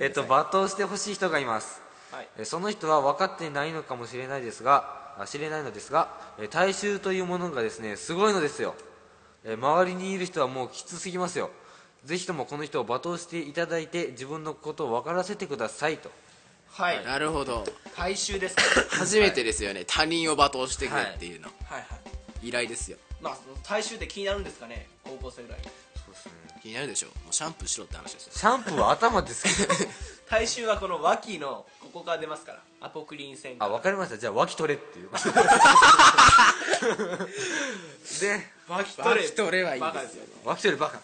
Speaker 1: えっと罵倒してほしい人がいます
Speaker 3: はい
Speaker 1: えーその人は分かっていないのかもしれないですがあ知れないのですがえー大衆というものがですねすごいのですよえー周りにいる人はもうきつすぎますよぜひともこの人を罵倒していただいて自分のことを分からせてくださいと
Speaker 3: はい、
Speaker 2: なるほど
Speaker 3: 大衆ですか
Speaker 2: 初めてですよね他人を罵倒してくれっていうの
Speaker 3: はいはい
Speaker 2: 依頼ですよ
Speaker 3: まあその大衆って気になるんですかね高校生ぐらい
Speaker 1: そうですね
Speaker 2: 気になるでしょもうシャンプーしろって話ですよ
Speaker 1: シャンプーは頭ですけど
Speaker 3: 大衆はこの脇のここから出ますからアポクリン腺
Speaker 1: あ
Speaker 3: が
Speaker 1: 分かりましたじゃあ脇取れっていうことで
Speaker 3: 脇
Speaker 2: 脇取れはいいですよ
Speaker 3: バカですよね
Speaker 1: 脇取れバカ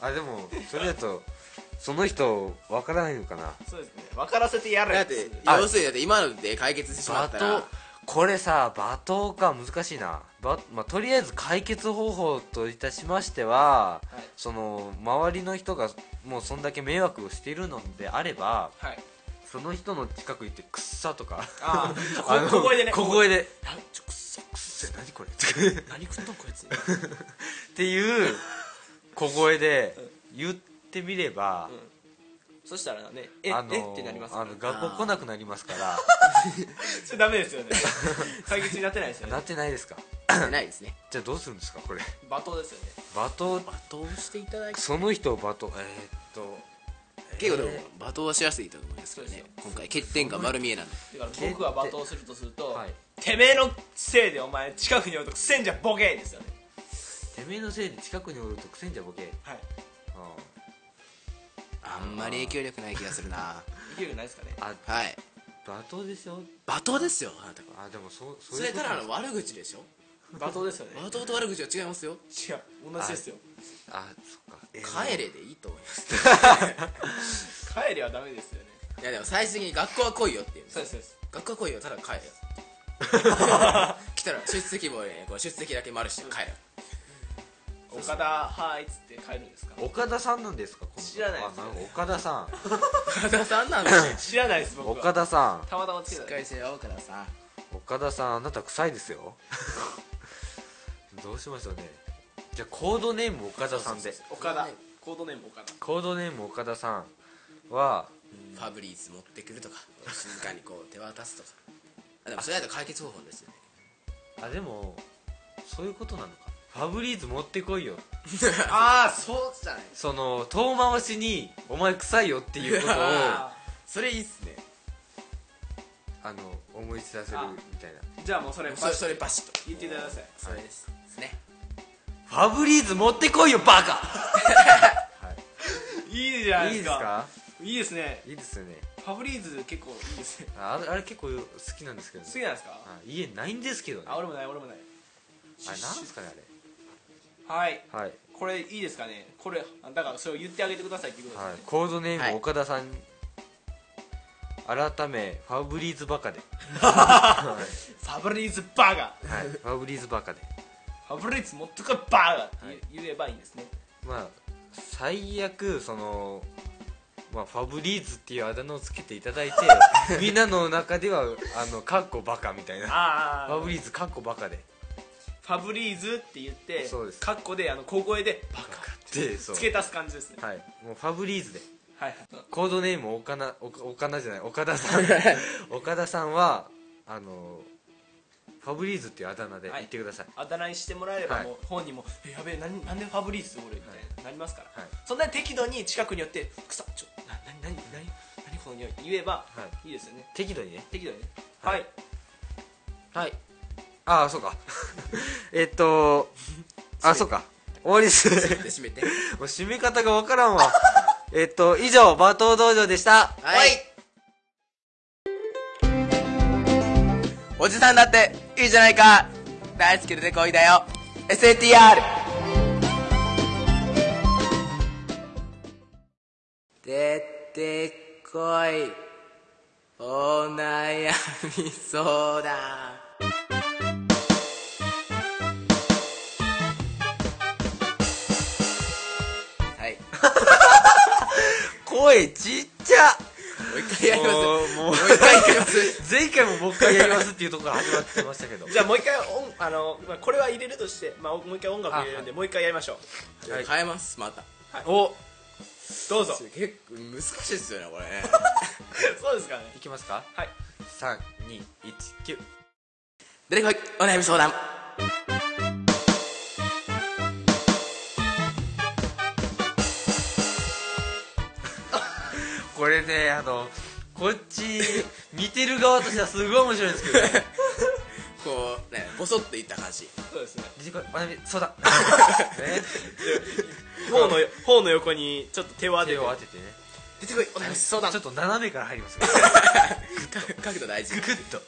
Speaker 1: あでもそれだとその人分からないのかな
Speaker 3: そうですね分からせてやれ
Speaker 2: だって
Speaker 1: あ
Speaker 2: 要するにだって今ので解決してしま
Speaker 1: 罵
Speaker 2: ったら
Speaker 1: 倒これさ罵倒か難しいな、ばまあ、とりあえず解決方法といたしましては、
Speaker 3: はい
Speaker 1: その周りの人がもうそんだけ迷惑をしているのであれば
Speaker 3: はい
Speaker 1: その人の近く行って「くっさ」とか
Speaker 3: あ ー
Speaker 1: あの
Speaker 3: こ小声でね
Speaker 1: 小声で
Speaker 3: やべちょくっそ
Speaker 1: 「くっせ何これ」 とか
Speaker 3: 何食ったんこいつ
Speaker 1: っていう小声で言ってみれば、
Speaker 3: そしたらねえ、
Speaker 1: あの
Speaker 3: えってなりますよ
Speaker 1: あ
Speaker 3: ね
Speaker 1: の学校来なくなりますから
Speaker 3: それダメです よね解決になってないですよね
Speaker 1: なってないですか
Speaker 2: ないですね
Speaker 1: じゃあどうするんですかこれ
Speaker 3: 罵倒ですよね
Speaker 1: 罵倒
Speaker 2: 罵倒していただき
Speaker 1: その人を罵倒えー、っと
Speaker 2: 結構でも罵倒はしやすいと思いますけど
Speaker 3: そ
Speaker 2: ね
Speaker 3: う
Speaker 2: 今回欠点が丸見えなんで
Speaker 3: だから僕が罵倒するとすると、
Speaker 1: はい
Speaker 3: てめえのせいでお前近くにおるとくせんじゃボケーですよね
Speaker 1: てめえのせいで近くにおるとくせんじゃボケ、
Speaker 3: は
Speaker 1: う
Speaker 3: い
Speaker 1: ん
Speaker 2: あんまり影響力ない気が するな
Speaker 3: いけるないですかね
Speaker 1: あ
Speaker 2: はい
Speaker 1: 罵倒でしょ
Speaker 2: 罵倒ですよあなた
Speaker 1: あでもそうそ
Speaker 2: そ
Speaker 1: い
Speaker 2: れ
Speaker 1: こと
Speaker 2: ただの悪口でしょ
Speaker 3: 罵倒ですよね
Speaker 2: 罵倒と悪口は違いますよ
Speaker 3: 違う同じですよ
Speaker 1: あそっか、えー
Speaker 2: 帰れでいいと思います
Speaker 3: 帰りはダメですよね
Speaker 2: いやでも最終的に学校は来いよっていうんです
Speaker 3: そう
Speaker 2: よ
Speaker 3: ですそうです
Speaker 2: 学校は来いよただ帰 れよ来たら出席もねこう出席だけ丸して帰れよ
Speaker 3: 岡田はーいっつって帰るんですか
Speaker 1: 岡田さんなんですかこの
Speaker 3: 知らないです
Speaker 1: あんか岡田さ
Speaker 2: 岡田さんなんですよ
Speaker 3: 知らないです
Speaker 1: ん
Speaker 3: 僕は
Speaker 1: 岡田さん
Speaker 3: たまたまつけただけ
Speaker 2: 返せよ岡田さん
Speaker 1: 岡田さんあなた臭いですよ どうしましょうねじゃあコードネーム岡田さんで
Speaker 3: 岡田コードネーム岡田
Speaker 1: コードネーム岡田さんは
Speaker 2: ファブリーズ持ってくると か静かにこう手渡すとかあでもそれだと解決方法ですよね
Speaker 1: あでもそういうことなのかファブリーズ持ってこいよ
Speaker 3: ああそう
Speaker 2: じゃない
Speaker 1: その遠回しに「お前臭いよ」っていう ことを
Speaker 2: うわ
Speaker 1: あ
Speaker 3: あ
Speaker 2: それいいっすね
Speaker 1: の思い知らせるみたいな
Speaker 3: ーじゃあもうそれ
Speaker 2: それそれバシッと
Speaker 3: 言ってください
Speaker 2: それですですね
Speaker 1: ファブリーズ持ってこいよバカ、
Speaker 3: いいじゃない
Speaker 1: い、いで
Speaker 3: で
Speaker 1: すす
Speaker 3: か
Speaker 1: か
Speaker 3: いいですね
Speaker 1: いいですよね
Speaker 3: ファブリーズ結構いいですね
Speaker 1: ああれあれ結構好きなんですけど、
Speaker 3: 好
Speaker 1: ね
Speaker 3: き、なんですか
Speaker 1: あ家にないんですけどね
Speaker 3: あ俺もない俺もない
Speaker 1: あれなんですかね
Speaker 3: はい
Speaker 1: あれはい、
Speaker 3: これいいですかねこれあだからそれを言ってあげてくださいっていうことです
Speaker 1: は
Speaker 3: ね
Speaker 1: い、コードネ
Speaker 2: は
Speaker 1: ー
Speaker 2: い
Speaker 1: ム岡田さん、改めファブリーズバカで、
Speaker 3: ファブリーズバーガー
Speaker 1: はい、ファブリーズバカで
Speaker 3: ファブリーズ持ってこいバーガーって言う言えばいいんですね
Speaker 1: まあ最悪そのまあ、ファブリーズっていうあだ名をつけていただい てみんなの中ではあのかっこバカみたいな
Speaker 3: あ
Speaker 1: フ
Speaker 3: あ
Speaker 1: ァブリーズかっこバカで
Speaker 3: ファブリーズって言って
Speaker 1: そうです
Speaker 3: カッコであの小声でバ
Speaker 1: バ
Speaker 3: カ
Speaker 1: カってそう
Speaker 3: 付け足す感じですね
Speaker 1: はいもうファブリーズで
Speaker 3: はいはい
Speaker 1: コードネーム岡な岡岡なじゃない岡田さん岡田さんはあのファブリーズっていうあだ名で
Speaker 3: はい
Speaker 1: 言ってください、
Speaker 3: あだ名にしてもらえれば
Speaker 1: はい
Speaker 3: もう本人も「えやべえなんなんでファブリーズ俺」みたいななりますから
Speaker 1: はい
Speaker 3: そんな適度に近くによって「くさちょなななになに何この匂い」って言えば
Speaker 1: はい
Speaker 3: いいですよね
Speaker 1: 適度にね
Speaker 3: 適度にねはい
Speaker 2: はい
Speaker 1: ああそうか えっとあそうか終わり です
Speaker 2: で
Speaker 1: も
Speaker 2: 締めて
Speaker 1: う締め方がわからんわえっと以上罵倒道場でした
Speaker 2: はいおじさんだっていいじゃないか大好きでこいだよ SATR 出てこいお悩み相談はい
Speaker 1: 声ちっちゃ
Speaker 2: もう一回やります
Speaker 1: もうもう
Speaker 2: もう一回やります
Speaker 1: 前回も僕がやりますっていうところから始まってました けど
Speaker 3: じゃあもう一回音あの、まあ、これは入れるとして、まあ、もう一回音楽入れるんで、もう一回やりましょう
Speaker 1: はい
Speaker 2: 変えますまた
Speaker 1: お
Speaker 3: どうぞそ
Speaker 2: 結構難しいですよねこれね
Speaker 3: うですからね
Speaker 1: いきますか
Speaker 3: はい
Speaker 1: 3219
Speaker 2: 出てこいお悩み相談
Speaker 1: これねあのこっち見てる側としてはすごい面白いんですけどね
Speaker 2: こうねボソッといった感じ
Speaker 3: そうですね
Speaker 1: 実は学びそう だ
Speaker 3: 頬の頬の横にちょっと手を当て
Speaker 1: 手
Speaker 3: て
Speaker 1: を当ててね
Speaker 2: 出てこいお悩み相談
Speaker 1: ちょっと斜めから入りますけ ど
Speaker 2: 角度大事
Speaker 1: ググッと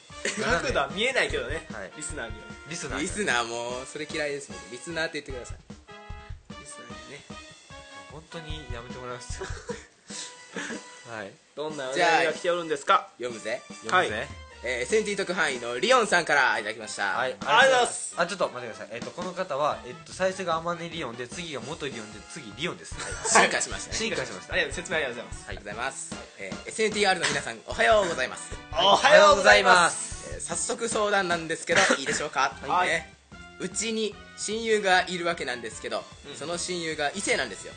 Speaker 3: 角度は見えないけどね、
Speaker 1: はい
Speaker 3: リスナーには
Speaker 1: リスナー
Speaker 2: リスナーもそれ嫌いですもんリスナーって言ってください
Speaker 3: リスナーにね
Speaker 1: 本当にやめてもらいます はい
Speaker 3: どんなお
Speaker 2: じゃあ
Speaker 3: 悩みが来ておるんですか
Speaker 2: 読むぜ
Speaker 1: 読むぜ、
Speaker 3: はい
Speaker 2: えー、SNT 特派員のリオンさんからいただきました、
Speaker 1: はい、あり
Speaker 3: がとうございます
Speaker 1: あちょっと待ってください、えっと、この方は、えっと、最初がアマネリオンで次が元リオンで次リオンです、はい、
Speaker 2: 進化しましたね
Speaker 1: 進化しました
Speaker 3: ありがとう説明ありがとうございます
Speaker 2: ありがとうございます、えー、SNTR の皆さんおはようございます、
Speaker 3: おはようございます
Speaker 2: えー早速相談なんです けどいいでしょうか、
Speaker 3: はい
Speaker 2: ねうちに親友がいるわけなんですけど、その親友が異性なんですよ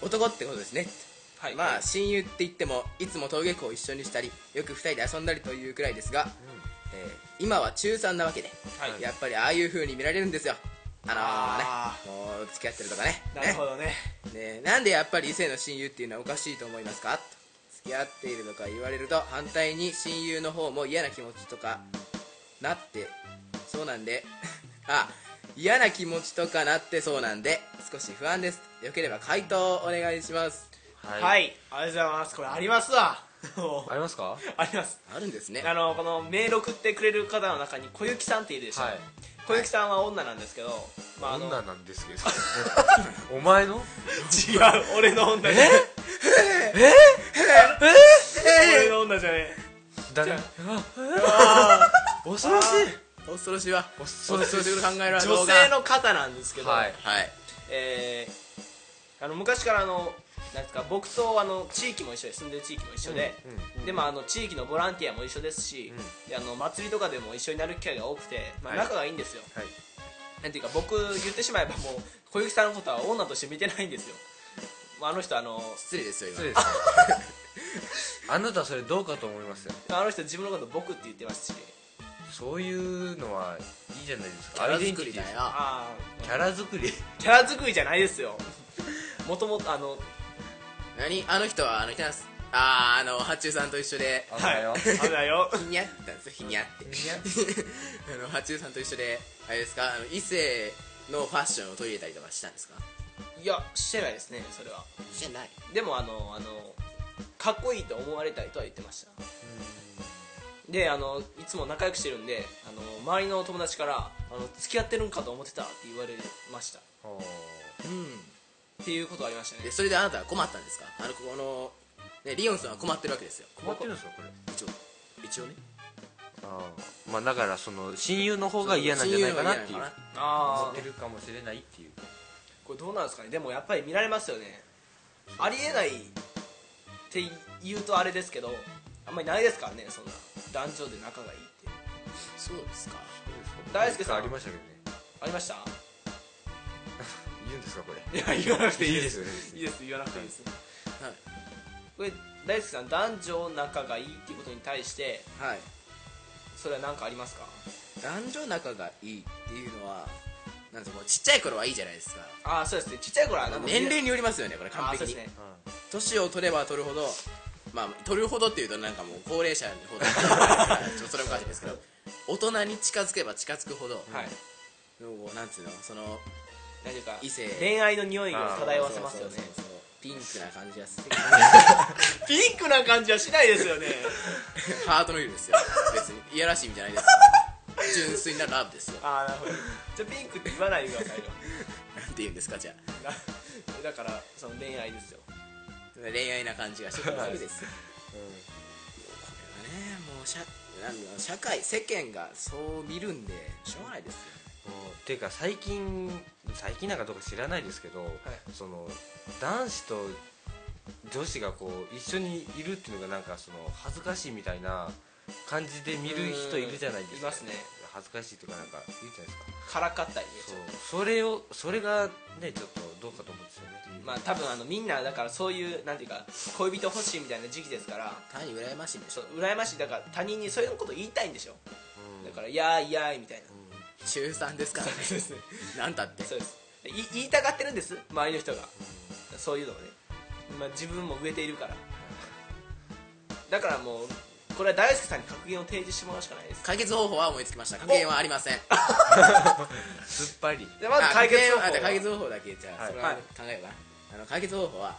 Speaker 2: 男ってことですね
Speaker 3: はい
Speaker 2: まあ親友って言ってもいつも登下校一緒にしたりよく2人で遊んだりというくらいですが、えー今は中3なわけで、
Speaker 3: はい
Speaker 2: やっぱりああいう風に見られるんですよあ
Speaker 3: あ
Speaker 2: のー、ねもう付き合ってるとかね
Speaker 3: なるほどね
Speaker 2: ねねなんでやっぱり異性の親友っていうのはおかしいと思いますかと付き合っているとか言われると反対に親友の方も嫌な気持ちとかなってそうなんで あ嫌な気持ちとかなってそうなんで少し不安ですよければ回答をお願いします
Speaker 1: は、
Speaker 3: はいい、ありがとうございますこれありますわ
Speaker 1: ありますかはい
Speaker 3: あります
Speaker 2: あるんですね
Speaker 3: あのこのメール送ってくれる方の中に小雪さんっているでしょ、小雪さんは女なんですけど、まあ、あの
Speaker 1: 女なんですけど お前の
Speaker 3: 違う俺の女じゃねえ俺の女じゃねえ
Speaker 1: だね恐ろしい
Speaker 2: 恐ろしいわ恐
Speaker 1: ろ
Speaker 2: ろ
Speaker 1: し
Speaker 2: し
Speaker 1: い
Speaker 2: い考えるわ
Speaker 3: 女
Speaker 2: 動画
Speaker 3: 性の方なんですけど、
Speaker 1: はい
Speaker 2: はい
Speaker 3: えーあの昔からあのなんですか僕とあの地域も一緒で住んでる地域も一緒で、
Speaker 1: うんうん
Speaker 3: でまああの地域のボランティアも一緒ですし、
Speaker 1: う
Speaker 3: であの祭りとかでも一緒になる機会が多くて、まあ、
Speaker 1: はい
Speaker 3: 仲がいいんですよ、
Speaker 1: はい
Speaker 3: なんていうか僕言ってしまえばもう小雪さんのことは女として見てないんですよまああの人あの
Speaker 2: 失礼ですよ
Speaker 1: そう
Speaker 2: 今
Speaker 1: ですね あなたそれどうかと思いますよ
Speaker 3: あの人自分のこと僕って言ってますし
Speaker 1: そういうのはいいじゃないですか
Speaker 2: キャ
Speaker 1: ア
Speaker 2: ラ
Speaker 1: イデンテ
Speaker 2: 作
Speaker 1: ィ
Speaker 2: り
Speaker 1: ティ
Speaker 2: だよ
Speaker 3: ああ
Speaker 1: キャラ作り
Speaker 3: キャラ作りじゃないですよもともとあの
Speaker 2: 何あの人はあの人なんですあああの八中さんと一緒で
Speaker 1: あだよ
Speaker 3: あれだよ
Speaker 2: ひにゃってたんですよひにゃって
Speaker 1: ひにゃ
Speaker 2: あの八中さんと一緒であれですかあの異性のファッションを取り入れたりとかしたんですか
Speaker 3: いやしてないですねそれは
Speaker 2: してない
Speaker 3: でもあのあのかっこいいと思われたいとは言ってましたであのいつも仲良くしてるんであの周りの友達からあの「付き合ってるんかと思ってた」って言われましたっ
Speaker 1: おー
Speaker 2: うん
Speaker 3: ていうことがありましたね
Speaker 2: でそれであなたは困ったんですかあのここの、ね、リオンさんは困ってるわけですよ
Speaker 1: 困ってるんですかこれ
Speaker 2: 一応一応ね
Speaker 1: あーまあだからその親友の方が嫌なんじゃないかなってい
Speaker 2: 親友
Speaker 1: う
Speaker 2: の方が嫌なのか
Speaker 1: 思
Speaker 3: あ
Speaker 1: って
Speaker 3: あ
Speaker 1: るかもしれないっていう
Speaker 3: これどうなんですかねでもやっぱり見られますよねありえないって言うとあれですけどあんまりないですからねそんな男女で仲がいいって
Speaker 2: なそうですか
Speaker 3: 大輔さん
Speaker 1: ありましたけどね
Speaker 3: ありました
Speaker 1: 言うんですかこれ
Speaker 3: いや言わなくてい
Speaker 1: い
Speaker 3: い
Speaker 1: い
Speaker 3: で
Speaker 1: ですすよね
Speaker 3: いいです言わなくていいです
Speaker 2: はい
Speaker 3: これ大輔さん男女仲がいいっていうことに対して
Speaker 2: はい
Speaker 3: それは何かありますか
Speaker 2: 男女仲がいいっていうのはなんですかこうちっちゃい頃はいいじゃないですか
Speaker 3: ああそうですねちっちゃい頃はなんか
Speaker 2: 年齢によりますよねこれ
Speaker 3: あ
Speaker 2: 完
Speaker 3: あそう
Speaker 2: 璧
Speaker 3: で
Speaker 2: に
Speaker 3: すね
Speaker 2: 年を取れば取るほどまあ取るほどっていうとなんかもう高齢者にほど ちょっとそれおかしいですけど大人に近づけば近づくほど、
Speaker 3: はい
Speaker 2: のなんつうのその
Speaker 3: 何ていうか
Speaker 2: 異性
Speaker 3: 恋愛の匂いを漂わせますよね
Speaker 2: そうそうそうそうピンクな感じが する
Speaker 3: ピンクな感じはしないですよね
Speaker 2: ハートの色ですよ別にいやらしい意味じゃないですよ純粋なラブですよ
Speaker 3: ああなるほどじゃあピンクって言わないでくださいよ
Speaker 2: なんて言うんですかじゃあ
Speaker 3: なだからその恋愛ですよ
Speaker 2: 恋愛な感じがしてくるわけですよ
Speaker 1: うん
Speaker 2: これはねもう社なんだろう社会世間がそう見るんでしょうがないですよ
Speaker 1: もうていうか最近最近なんかどうか知らないですけど、その男子と女子がこう一緒にいるっていうのがなんかその恥ずかしいみたいな感じで見る人いるじゃないですか
Speaker 3: うんいますね
Speaker 1: 恥ずかしいというかなんか言うじゃないですか
Speaker 3: からかったりねち
Speaker 1: そ
Speaker 3: ょっ
Speaker 1: うそれをそれがねちょっとどうかと思うんですよね
Speaker 3: とまあ多分あのみんなだからそういうなんていうか恋人欲しいみたいな時期ですから
Speaker 2: 単に羨ましいんでし
Speaker 3: そ
Speaker 2: ょ
Speaker 3: う羨ましいだから他人にそういうこと言いたいんでしょ
Speaker 1: うん
Speaker 3: だから「いやーいやーい」みたいな
Speaker 2: 中3ですからね
Speaker 3: ですね
Speaker 2: なんだって
Speaker 3: そうですい言いたがってるんです周りの人がそういうのをね、まあ、自分も植えているからだからもうこれは大輔さんに格言を提示してもらうしかないです
Speaker 2: 解決方法は思いつきました格言はありません
Speaker 1: すっぱり
Speaker 3: でまず解決方
Speaker 2: あ
Speaker 3: 法
Speaker 2: じゃあ
Speaker 3: は
Speaker 2: 解決方法だけじゃあ、
Speaker 1: はい
Speaker 2: それは
Speaker 3: はい
Speaker 2: 考えようかなあの解決方法は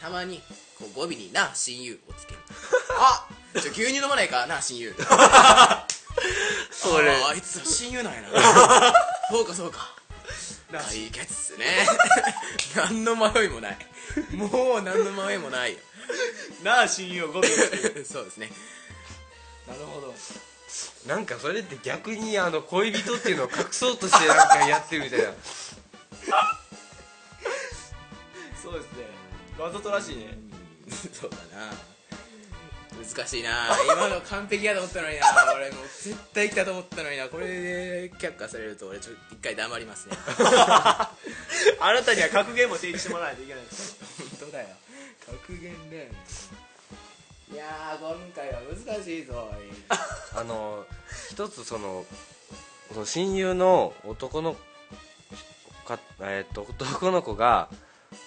Speaker 2: たまにこう語尾に「な親友」をつ けるあちょ牛乳飲まないかな親友それああいつは親友なん やなそうかそうか解決っすね 何の迷いもない もう何の迷いもないよ
Speaker 3: なあ親友を5秒
Speaker 2: そうですね
Speaker 3: なるほど
Speaker 1: なんかそれって逆にあの恋人っていうのを隠そうとしてなんかやってるみたいな
Speaker 3: そうですねわざとらしいね
Speaker 2: そうだな難しいな今の完璧やと思ったのにな俺もう絶対来たと思ったのになこれで却下されると俺ちょっと一回黙りますね
Speaker 3: あなたには格言も提示してもらわないといけないです
Speaker 2: 本当だよ格言ね いやー今回は難しいぞ
Speaker 1: あの一つそのその親友の男のか、えっと男の子が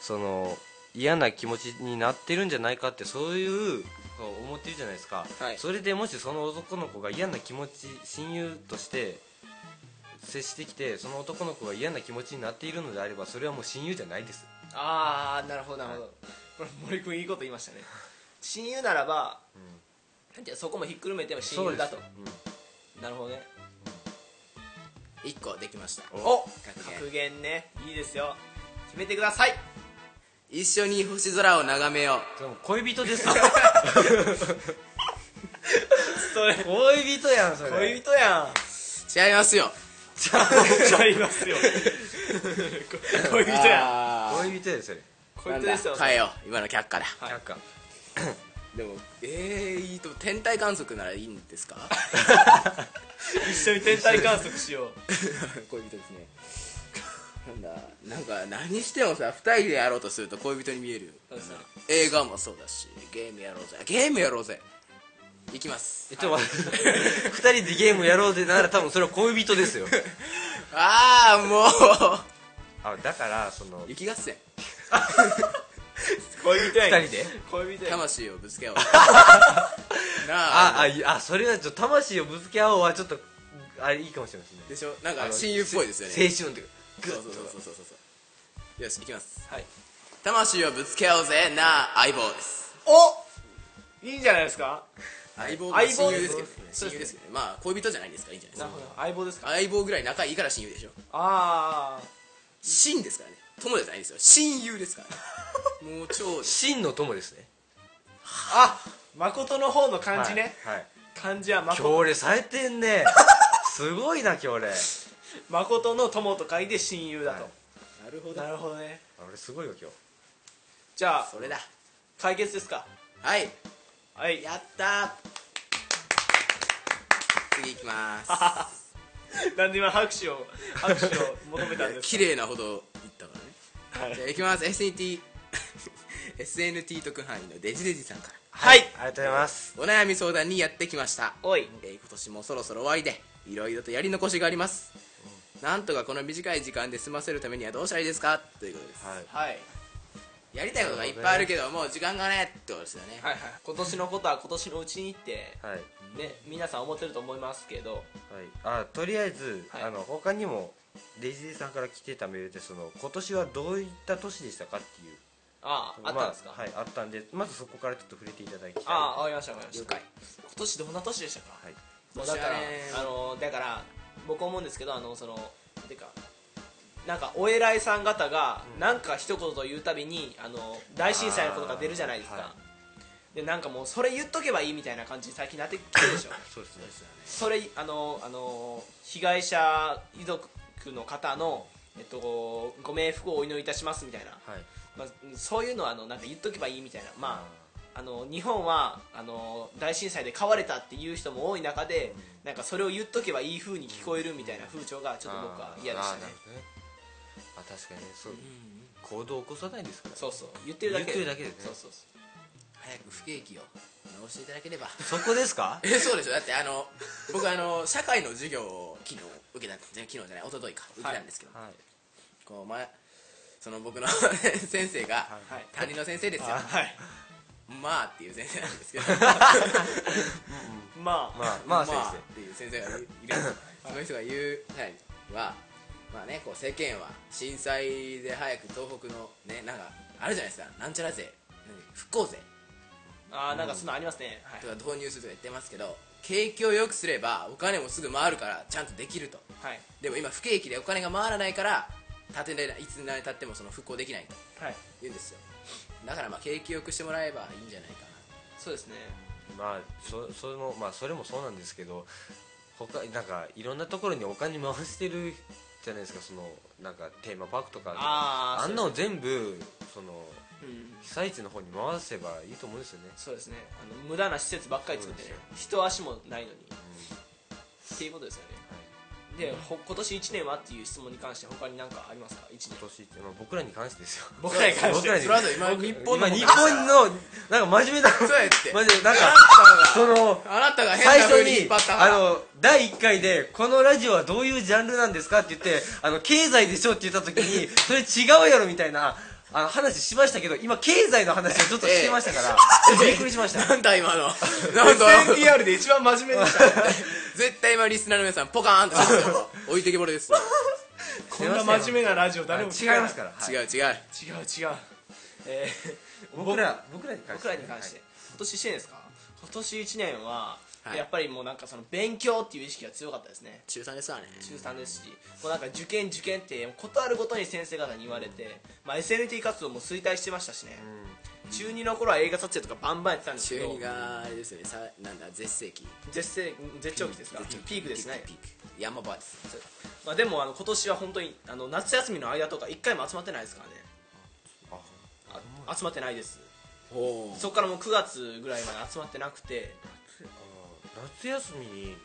Speaker 1: その嫌な気持ちになってるんじゃないかってそういうこう思ってるじゃないですか、
Speaker 2: はい
Speaker 1: それでもしその男の子が嫌な気持ち親友として接してきてその男の子が嫌な気持ちになっているのであればそれはもう親友じゃないです
Speaker 3: ああなるほどなるほど、これ森君いいこと言いま したね親友ならば、なんていうのそこもひっくるめても親友だと
Speaker 1: そう
Speaker 3: なるほどね
Speaker 2: 1個できました
Speaker 3: お
Speaker 2: 格言
Speaker 3: 格言ねいいですよ決めてください
Speaker 2: 一緒に星空を眺めよう
Speaker 1: でも恋人ですよ
Speaker 3: それ
Speaker 1: 恋人やんそれ
Speaker 3: 恋人やん
Speaker 2: 違いますよ
Speaker 3: 違います よ恋人や
Speaker 2: あ
Speaker 3: ん
Speaker 2: ー
Speaker 1: 恋人ですよ
Speaker 3: 恋人ですよ
Speaker 2: なんだ変えよう今の却下だ
Speaker 3: はい
Speaker 1: 却下
Speaker 2: でもえー、いいと天体観測ならいいんですか
Speaker 3: 一緒に天体観測しよう
Speaker 2: 恋人ですねなんだなんか何してもさ2人でやろうとすると恋人に見えるよ
Speaker 3: そうそう
Speaker 2: 映画もそうだしゲームやろうぜゲームやろうぜいきます
Speaker 1: えちょっと待って二人でゲームやろうでなら多分それは恋人ですよ
Speaker 2: ああも
Speaker 1: あだからその
Speaker 2: う雪合戦
Speaker 3: 恋人やん
Speaker 1: 二人で
Speaker 3: 恋人やん
Speaker 2: 魂をぶつけ合おうなあ
Speaker 1: ああいあそれはちょっと魂をぶつけ合おうはちょっとあいいかもしれませんね
Speaker 2: でしょなんか親友っぽいですよね
Speaker 1: 青春って
Speaker 2: そうそうそうそうそうそうよしいきます
Speaker 3: はい
Speaker 2: 魂をぶつけ合おうぜなあ相棒です
Speaker 3: おいいんじゃないですか
Speaker 2: 相棒
Speaker 3: 相棒
Speaker 2: 親友ですけどね
Speaker 3: そう
Speaker 2: 親
Speaker 3: ですね
Speaker 2: 友ですけどねまあ恋人じゃないんですからいいんじゃないで
Speaker 3: な
Speaker 2: す
Speaker 3: る
Speaker 2: か
Speaker 3: ほど相棒ですか
Speaker 2: 相棒ぐらい仲いいから親友でしょ
Speaker 3: ああ
Speaker 2: 親ですからね友達じゃないですよ親友ですから、 ね、もう超
Speaker 1: 真の友ですね
Speaker 3: あ誠の方の漢字ね、
Speaker 1: はい、はい、
Speaker 3: 漢字は誠
Speaker 1: 強烈されてんねすごいな強烈
Speaker 3: 誠の友と書いて親友だと、
Speaker 1: はい
Speaker 2: なるほ
Speaker 3: なるほどね
Speaker 1: あ俺すごいよ今日
Speaker 3: じゃあ
Speaker 2: それだ
Speaker 3: 解決ですか
Speaker 2: はい
Speaker 3: はい
Speaker 2: やったー次いきます
Speaker 3: なんで今拍手を拍手を求めた んです
Speaker 2: 綺麗なほどいったからね
Speaker 3: かはい
Speaker 2: じゃあいきます SNT SNT 特派員のデジデジさんから
Speaker 3: はい、
Speaker 1: ありがとうございます
Speaker 2: お悩み相談にやってきました
Speaker 3: おい
Speaker 2: えー今年もそろそろ終わりでいろいろとやり残しがあります、なんとかこの短い時間で済ませるためにはどうしたらいいですかということです
Speaker 1: はい
Speaker 3: はい
Speaker 2: やりたいことがいっぱいあるけどもう時間がねってことですよね、
Speaker 3: はいはい今年のことは今年のうちにって
Speaker 1: はい、はい、
Speaker 3: ね皆さん思ってると思いますけど
Speaker 1: あとりあえず、
Speaker 3: はい
Speaker 1: あの他にもデイジーさんから来てたメールでその今年はどういった年でしたかっていう
Speaker 3: あああったんですか、
Speaker 1: まあ、はいあったんでまずそこからちょっと触れていただきたい
Speaker 3: ああわかりましたわかりま
Speaker 2: 了
Speaker 3: した
Speaker 2: 解
Speaker 3: 今年どんな年でしたか、
Speaker 1: はい
Speaker 3: もうだか
Speaker 2: 今
Speaker 3: ら
Speaker 2: 年はね
Speaker 3: あのだから僕思うんですけどあのそのてかなんかお偉いさん方がなんか一言と言うたびにあの大震災のことが出るじゃないですか、
Speaker 1: あーは
Speaker 3: でなんかもうそれ言っとけばいいみたいな感じに最近なってきてるでしょ
Speaker 1: そうですね
Speaker 3: それあのあの被害者遺族の方の、えっと、ご冥福をお祈りいたしますみたいな、
Speaker 1: はい
Speaker 3: まあ、そういうのはあのなんか言っとけばいいみたいなまああの日本はあの大震災で買われたっていう人も多い中で、なんかそれを言っとけばいい風に聞こえるみたいな風潮がちょっと僕は嫌でしたね
Speaker 1: あーなるほどねあ確かにねそう、行動を起こさないですからね
Speaker 3: そうそう言ってるだけ
Speaker 1: 言ってるだけでね
Speaker 3: そうそうそ
Speaker 2: 早く不景気を直していただければ
Speaker 1: そこですか
Speaker 2: えそうでしょだってあの僕あの社会の授業を昨日受けたんですね昨日じゃない一昨日か受けたんですけど、
Speaker 1: はい
Speaker 2: こう前その僕の 先生が、
Speaker 3: うはい
Speaker 2: 担任の先生ですよ
Speaker 3: はい
Speaker 2: まあっていう先生なん ですけど
Speaker 3: まあ、
Speaker 1: まあまあ先
Speaker 2: まあっていう先生がいるいるその人が言う際はまあねこう世間は震災で早く東北のねなんかあるじゃないですかなんちゃら税何復興税
Speaker 3: あーなんかそんなのありますね、はい
Speaker 2: とか導入するとか言ってますけど景気を良くすればお金もすぐ回るからちゃんとできると
Speaker 3: はい
Speaker 2: でも今不景気でお金が回らないから建てれないいつまでたってもその復興できないと
Speaker 3: はい
Speaker 2: 言うんですよだからまあ景気良くしてもらえばいいんじゃないかな
Speaker 3: そうですね
Speaker 1: まあそそれもまあそれもそうなんですけど他なんかいろんなところにお金回してるじゃないですかそのなんかテーマパークとか
Speaker 3: あー
Speaker 1: あんな
Speaker 3: そ
Speaker 1: の全部その
Speaker 3: うん
Speaker 1: 被災地の方に回せばいいと思うんですよね
Speaker 3: そうですねあの無駄な施設ばっかり作ってね
Speaker 1: そう
Speaker 3: 人足もないのにっていうことですよね
Speaker 1: はい
Speaker 3: でほ今年1年はっていう質問に関して他に何かありますか1年
Speaker 1: 今年って、まあ、僕らに関してですよ
Speaker 3: 僕らに関し
Speaker 1: 僕
Speaker 3: て
Speaker 1: らに
Speaker 2: それは今日本の
Speaker 1: 今日本のなんか真面目だ
Speaker 2: そうやって
Speaker 1: マジでなんかその
Speaker 2: あなたが変
Speaker 1: 最
Speaker 2: な
Speaker 1: 初
Speaker 2: 風に引
Speaker 1: に
Speaker 2: っ張った
Speaker 1: あ
Speaker 2: から
Speaker 1: の第1回で「このラジオはどういうジャンルなんですか?」って言って「あの経済でしょ」って言った時に「それ違うやろ」みたいなあの話しましたけど今経済の話をちょっとしてましたから、びっくりしました
Speaker 2: なんだ今のなんだ
Speaker 3: NTR で一番真面目でした
Speaker 2: 絶対今リスナーの皆さんポカーンってなってるよ置いてけぼれですよ
Speaker 3: こんな真面目なラジオ誰も聞
Speaker 1: 違い
Speaker 3: かない
Speaker 1: ますから、はい
Speaker 2: 違う違う
Speaker 3: 違う違うえー
Speaker 1: 僕ら僕らに関して
Speaker 3: 僕らに関して、今年1年ですか今年1年は、
Speaker 2: はい
Speaker 3: やっぱりもうなんかその勉強っていう意識が強かったですね
Speaker 2: 中3ですわね
Speaker 3: 中3ですし、もうなんか受験受験ってことあるごとに先生方に言われて、まあ、SNT 活動も衰退してましたしね、中2の頃は映画撮影とかバンバンやってたんですけ
Speaker 2: 中
Speaker 3: ど
Speaker 2: 2があれですよねさなんだ絶世紀
Speaker 3: 絶世絶頂期ですかピークですね
Speaker 2: ピーク山場です
Speaker 3: まあ、でもあの今年は本当にあの夏休みの間とか一回も集まってないですからねあ集まってないです
Speaker 2: ほ
Speaker 3: そこからもう9月ぐらいまで集まってなくて
Speaker 1: あ夏休みに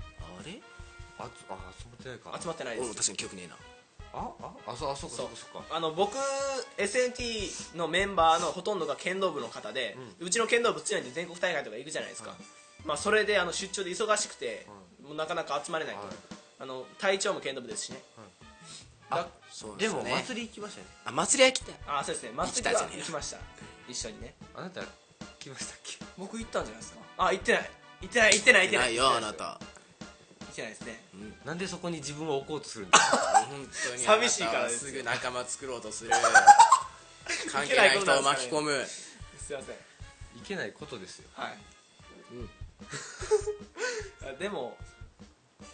Speaker 2: あれ
Speaker 1: あつあ集まってないか
Speaker 3: 集まってないで
Speaker 2: 俺も
Speaker 3: す
Speaker 2: 確かに記憶ねえな
Speaker 1: あああそうあそうかそ
Speaker 3: そ
Speaker 1: ううかそうか
Speaker 3: あの僕 SNT のメンバーのほとんどが剣道部の方で、うちの剣道部強いんで全国大会とか行くじゃないですか、まあ、それであの出張で忙しくて、もうなかなか集まれないと、
Speaker 1: はい
Speaker 3: あの隊長も剣道部ですしね、だ
Speaker 2: そう
Speaker 1: です
Speaker 2: よ
Speaker 1: も
Speaker 2: ね
Speaker 1: 祭り行きましたよね
Speaker 2: あ祭りは来た
Speaker 3: あそうですね
Speaker 2: き
Speaker 3: 祭
Speaker 2: た
Speaker 3: り
Speaker 2: じゃ
Speaker 3: は
Speaker 2: ねえよ
Speaker 3: 行きました一緒にね
Speaker 1: あなた来ましたっけ
Speaker 3: 僕行ったんじゃないですかあ行ってない行ってない行ってない行ってない
Speaker 2: ないよあなた
Speaker 3: 行ってないですね
Speaker 1: なんでそこに自分を置こうとするんですか
Speaker 2: 本当にあなたは
Speaker 3: 寂しいからですよ
Speaker 2: すぐ仲間作ろうと する関係ない人を巻き込む
Speaker 3: すいません
Speaker 1: いけないことですよ
Speaker 3: はい、 あでも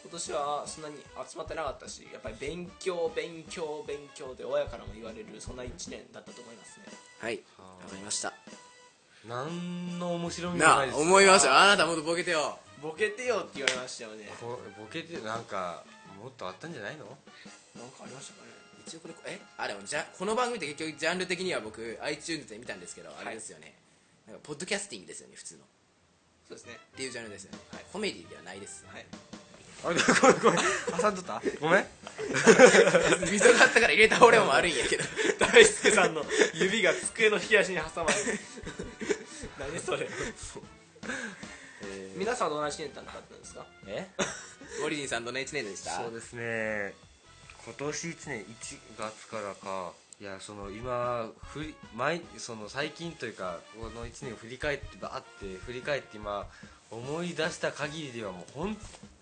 Speaker 3: 今年はそんなに集まってなかったしやっぱり勉強勉強勉強で親からも言われるそんな1年だったと思いますね
Speaker 2: はいわかりました
Speaker 1: 何の面白みも
Speaker 2: な
Speaker 1: ない
Speaker 2: あ
Speaker 1: ですよ
Speaker 2: 思いましたよあなたもっとボケてよ
Speaker 3: ボケてよって言われましたよね
Speaker 1: こボケてなんかもっとあったんじゃないの
Speaker 3: なんかありましたかね
Speaker 2: 一応これえあでもじゃこの番組って結局ジャンル的には僕 iTunes で見たんですけどあれですよね、なんかポッドキャスティングですよね普通のっ
Speaker 3: そうですね
Speaker 2: ていうジャンルですよね、コメディではないです
Speaker 3: はい
Speaker 1: あれごめんごめん挟んどったごめん
Speaker 2: 溝があったから入れた俺も悪いんや けど
Speaker 3: 大輔さんの 指が机の引き出しに挟まれる 何それ、皆さんと同じ1年だったんですか
Speaker 1: え
Speaker 2: モリリンさんどんな1年でした
Speaker 1: そうですね今年1年1月からかいやその今ふり前その最近というかこの1年を振り返ってバーって振り返って今思い出した限りではもう本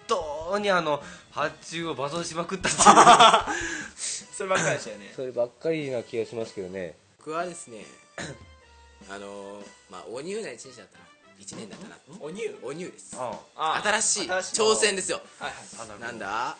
Speaker 1: 当にあの発注を罵倒しまくったっていう
Speaker 3: そればっかりでしたよね
Speaker 1: そればっかりな気がしますけどね
Speaker 2: 僕はですね あのー、まあおニューな1日だったな1年だったな
Speaker 3: おにゅう
Speaker 2: おニューです
Speaker 1: あ
Speaker 3: あ
Speaker 2: 新しい
Speaker 3: 新しい
Speaker 2: 挑戦ですよ
Speaker 3: はいは
Speaker 1: あなるほど
Speaker 2: なんだ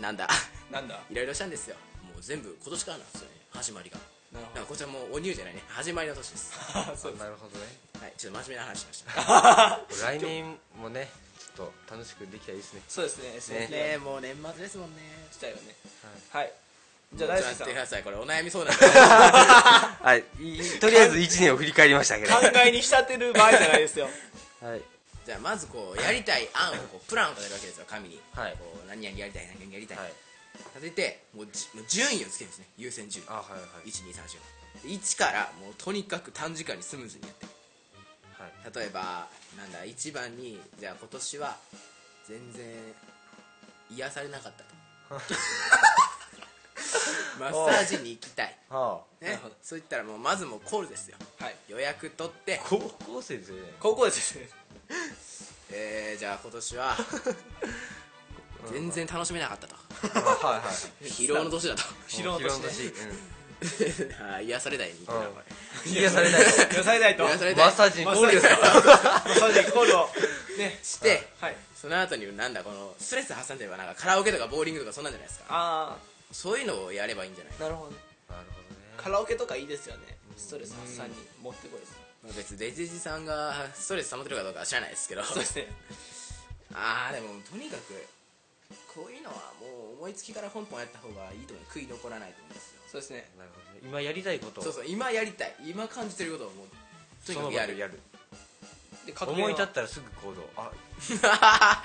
Speaker 2: なんだ
Speaker 3: いなんだ
Speaker 2: いろいろしたんですよもう全部今年からなんですよね始まりが
Speaker 3: なる
Speaker 2: だからこちらもうおニューじゃないね始まりの年です
Speaker 3: ほど そうです
Speaker 1: なるほどね
Speaker 2: はいちょっと真面目な話しました
Speaker 1: 来年もねちょっと楽しくできたらいいですね
Speaker 3: そうですね SNS
Speaker 2: ねもう年末ですもんね
Speaker 3: したよねはい、じゃあ
Speaker 2: ちょっ
Speaker 3: 大
Speaker 2: と待
Speaker 3: 輔さ
Speaker 2: っ
Speaker 3: ん
Speaker 2: てく
Speaker 3: 考
Speaker 2: ださいこれお悩み相談 は
Speaker 1: はいいとりあえず1年を振り返りましたけど
Speaker 3: えに浸ってる場合じゃないですよ
Speaker 1: はい
Speaker 2: じゃあまずこうやりたい案をこ うプランを立てるわけですよ紙に、
Speaker 1: はい
Speaker 2: こう何々やりたい何々やりたい、
Speaker 1: はい
Speaker 2: 立ててもうじもう順位をつけるんですね優先順位
Speaker 1: あはいはい
Speaker 2: 1234 1からもうとにかく短時間にスムーズにやって
Speaker 1: はい
Speaker 2: 例えばなんだ1番にじゃあ今年は全然癒されなか ったとマッサージに行きたい、
Speaker 1: はあ
Speaker 3: な
Speaker 2: ね
Speaker 3: るほど、
Speaker 2: そういったらもうまずもうコールですよ
Speaker 3: はい
Speaker 2: 予約取って、
Speaker 1: 高校生ですよね
Speaker 3: 高校です ね
Speaker 2: えー、じゃあ今年 は全然楽しめなかったと
Speaker 1: はいはい
Speaker 2: 疲労の年 だと
Speaker 3: 疲労の年ね
Speaker 2: あー癒されないみたいな
Speaker 1: 癒されない
Speaker 3: 野菜大と
Speaker 2: 癒され
Speaker 1: マ
Speaker 2: た
Speaker 1: ッ
Speaker 2: い
Speaker 1: サージにゴールですか
Speaker 3: それでコールをね
Speaker 2: して
Speaker 3: はい
Speaker 2: その後になんだこのストレス発散といえばなんかカラオケとかボーリングとかそんなんじゃないですか
Speaker 3: あ
Speaker 2: そういうのをやればいいんじゃない
Speaker 3: あなるほどね
Speaker 1: なるほどね
Speaker 3: カラオケとかいいですよねストレス発散に持ってこいです
Speaker 2: まあ別にデイジーさんがストレス溜まってるかどうかは知らないですけど
Speaker 3: そうですね
Speaker 2: ああでもとにかくこういうのはもう思いつきから本本やった方がいいと思う悔い残らないと思うんですよ
Speaker 3: そうですね
Speaker 1: なるほどね今やりたいことを
Speaker 2: そうそう今やりたい今感じてることをもうと
Speaker 1: そ
Speaker 2: にか
Speaker 1: の
Speaker 2: く
Speaker 1: 場
Speaker 2: や
Speaker 1: で
Speaker 2: る
Speaker 1: やる
Speaker 3: で革命は
Speaker 1: 思い立ったらすぐ行動あ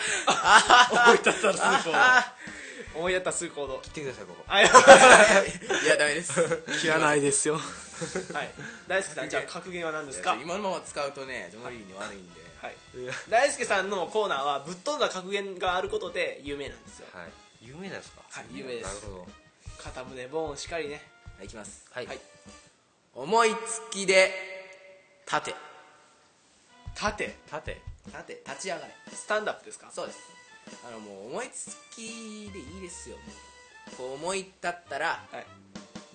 Speaker 2: 思い立ったらすぐ
Speaker 3: 思い立ったらすぐ行 動
Speaker 1: 切ってくださいここ
Speaker 3: あいや
Speaker 2: いやダメです
Speaker 1: 切らないですよ
Speaker 3: はい大輔さんじゃあ格言は何ですか
Speaker 2: 今のまま使うとねジョナリーに悪いんで
Speaker 3: はい
Speaker 1: いや
Speaker 3: 大輔さんのコーナーはぶっ飛んだ格言があることで有名なんですよ
Speaker 1: はい有名なんですか
Speaker 3: はい有名で
Speaker 1: なる
Speaker 3: す
Speaker 1: ほど
Speaker 3: 肩胸ボーンしっかりね
Speaker 2: はいいきます
Speaker 1: はい
Speaker 2: 思いつきで立て
Speaker 3: 立て
Speaker 1: 縦
Speaker 2: 立て立ち上がれ
Speaker 3: スタンダップですか
Speaker 2: そうですあのもう思いつきでいいですよもうこう思い立ったら
Speaker 3: はい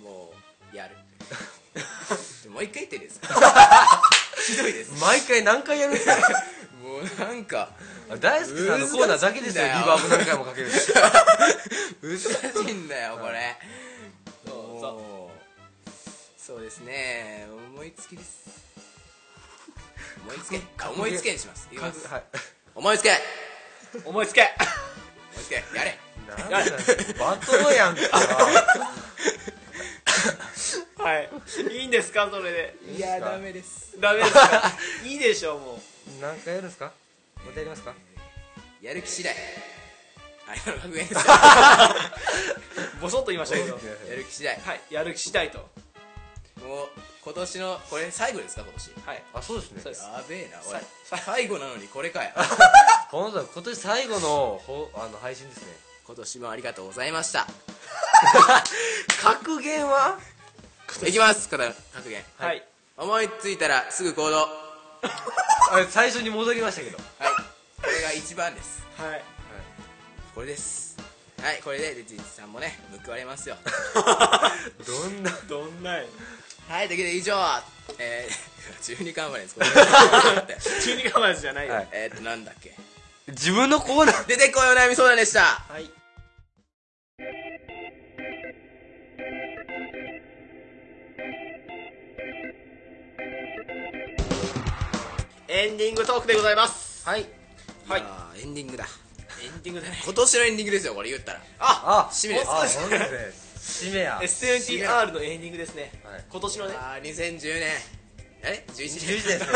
Speaker 2: もうやる もう一回言っていいですか ひどいです
Speaker 1: 毎回何回やるんですか
Speaker 2: もうなんか
Speaker 1: あ大好きさんのコーナーだけですよリ
Speaker 2: 難しいんだよ
Speaker 1: バーブ何回もかけるし
Speaker 2: 難しいんだよこれそうそう
Speaker 1: も
Speaker 2: そうですね思いつきです思いつけあ思いつけにしますいうき
Speaker 1: か
Speaker 2: ます
Speaker 1: く はい
Speaker 2: 思いつけ
Speaker 3: 思いつけ
Speaker 2: 思いつけやれ
Speaker 1: なんだよバトルやんか
Speaker 3: はいいいんですかそれで
Speaker 2: いやダメです
Speaker 3: ダメですかいいでしょうもう
Speaker 1: 何回やるんですかまたやりますか
Speaker 2: やる気次第あ今の格言ですよ
Speaker 3: ボソッと言いましたけど
Speaker 2: やる気次第
Speaker 3: はいやる気次第と
Speaker 2: もう今年のこれ最後ですか今年
Speaker 3: はい
Speaker 1: あそうですね
Speaker 3: そうです
Speaker 2: やべえな
Speaker 3: さ
Speaker 2: 俺最後なのにこれかよ
Speaker 1: この度今年最後のほあの配信ですね
Speaker 2: 今年もありがとうございました
Speaker 1: 格言はい
Speaker 2: きます方格言
Speaker 3: はい
Speaker 2: 思いついたらすぐ行動はい
Speaker 1: あ最初に戻りましたけど
Speaker 2: これが一番です
Speaker 3: はい
Speaker 2: これですはいこれでレジさんもね報われます よ
Speaker 1: どんな
Speaker 3: どんなんや
Speaker 2: はいというわけで以上えー、12巻ま でですこれ
Speaker 3: 中二構えずじゃないよ
Speaker 1: はい
Speaker 2: えーっとなんだっけ
Speaker 1: 自分のコーナー
Speaker 2: 出てこいお悩み相談でした
Speaker 3: はいエンディングトークでございますはいはい
Speaker 2: やーエンディングだ
Speaker 3: エンディングだね
Speaker 2: 今年のエンディングですよこれ言ったら
Speaker 1: あ
Speaker 2: 締めです
Speaker 1: あそうですね締めや
Speaker 3: SNTR のエンディングですね
Speaker 1: はい
Speaker 3: 今年のね
Speaker 2: あー2010年え
Speaker 1: 11
Speaker 2: 11年
Speaker 1: ですね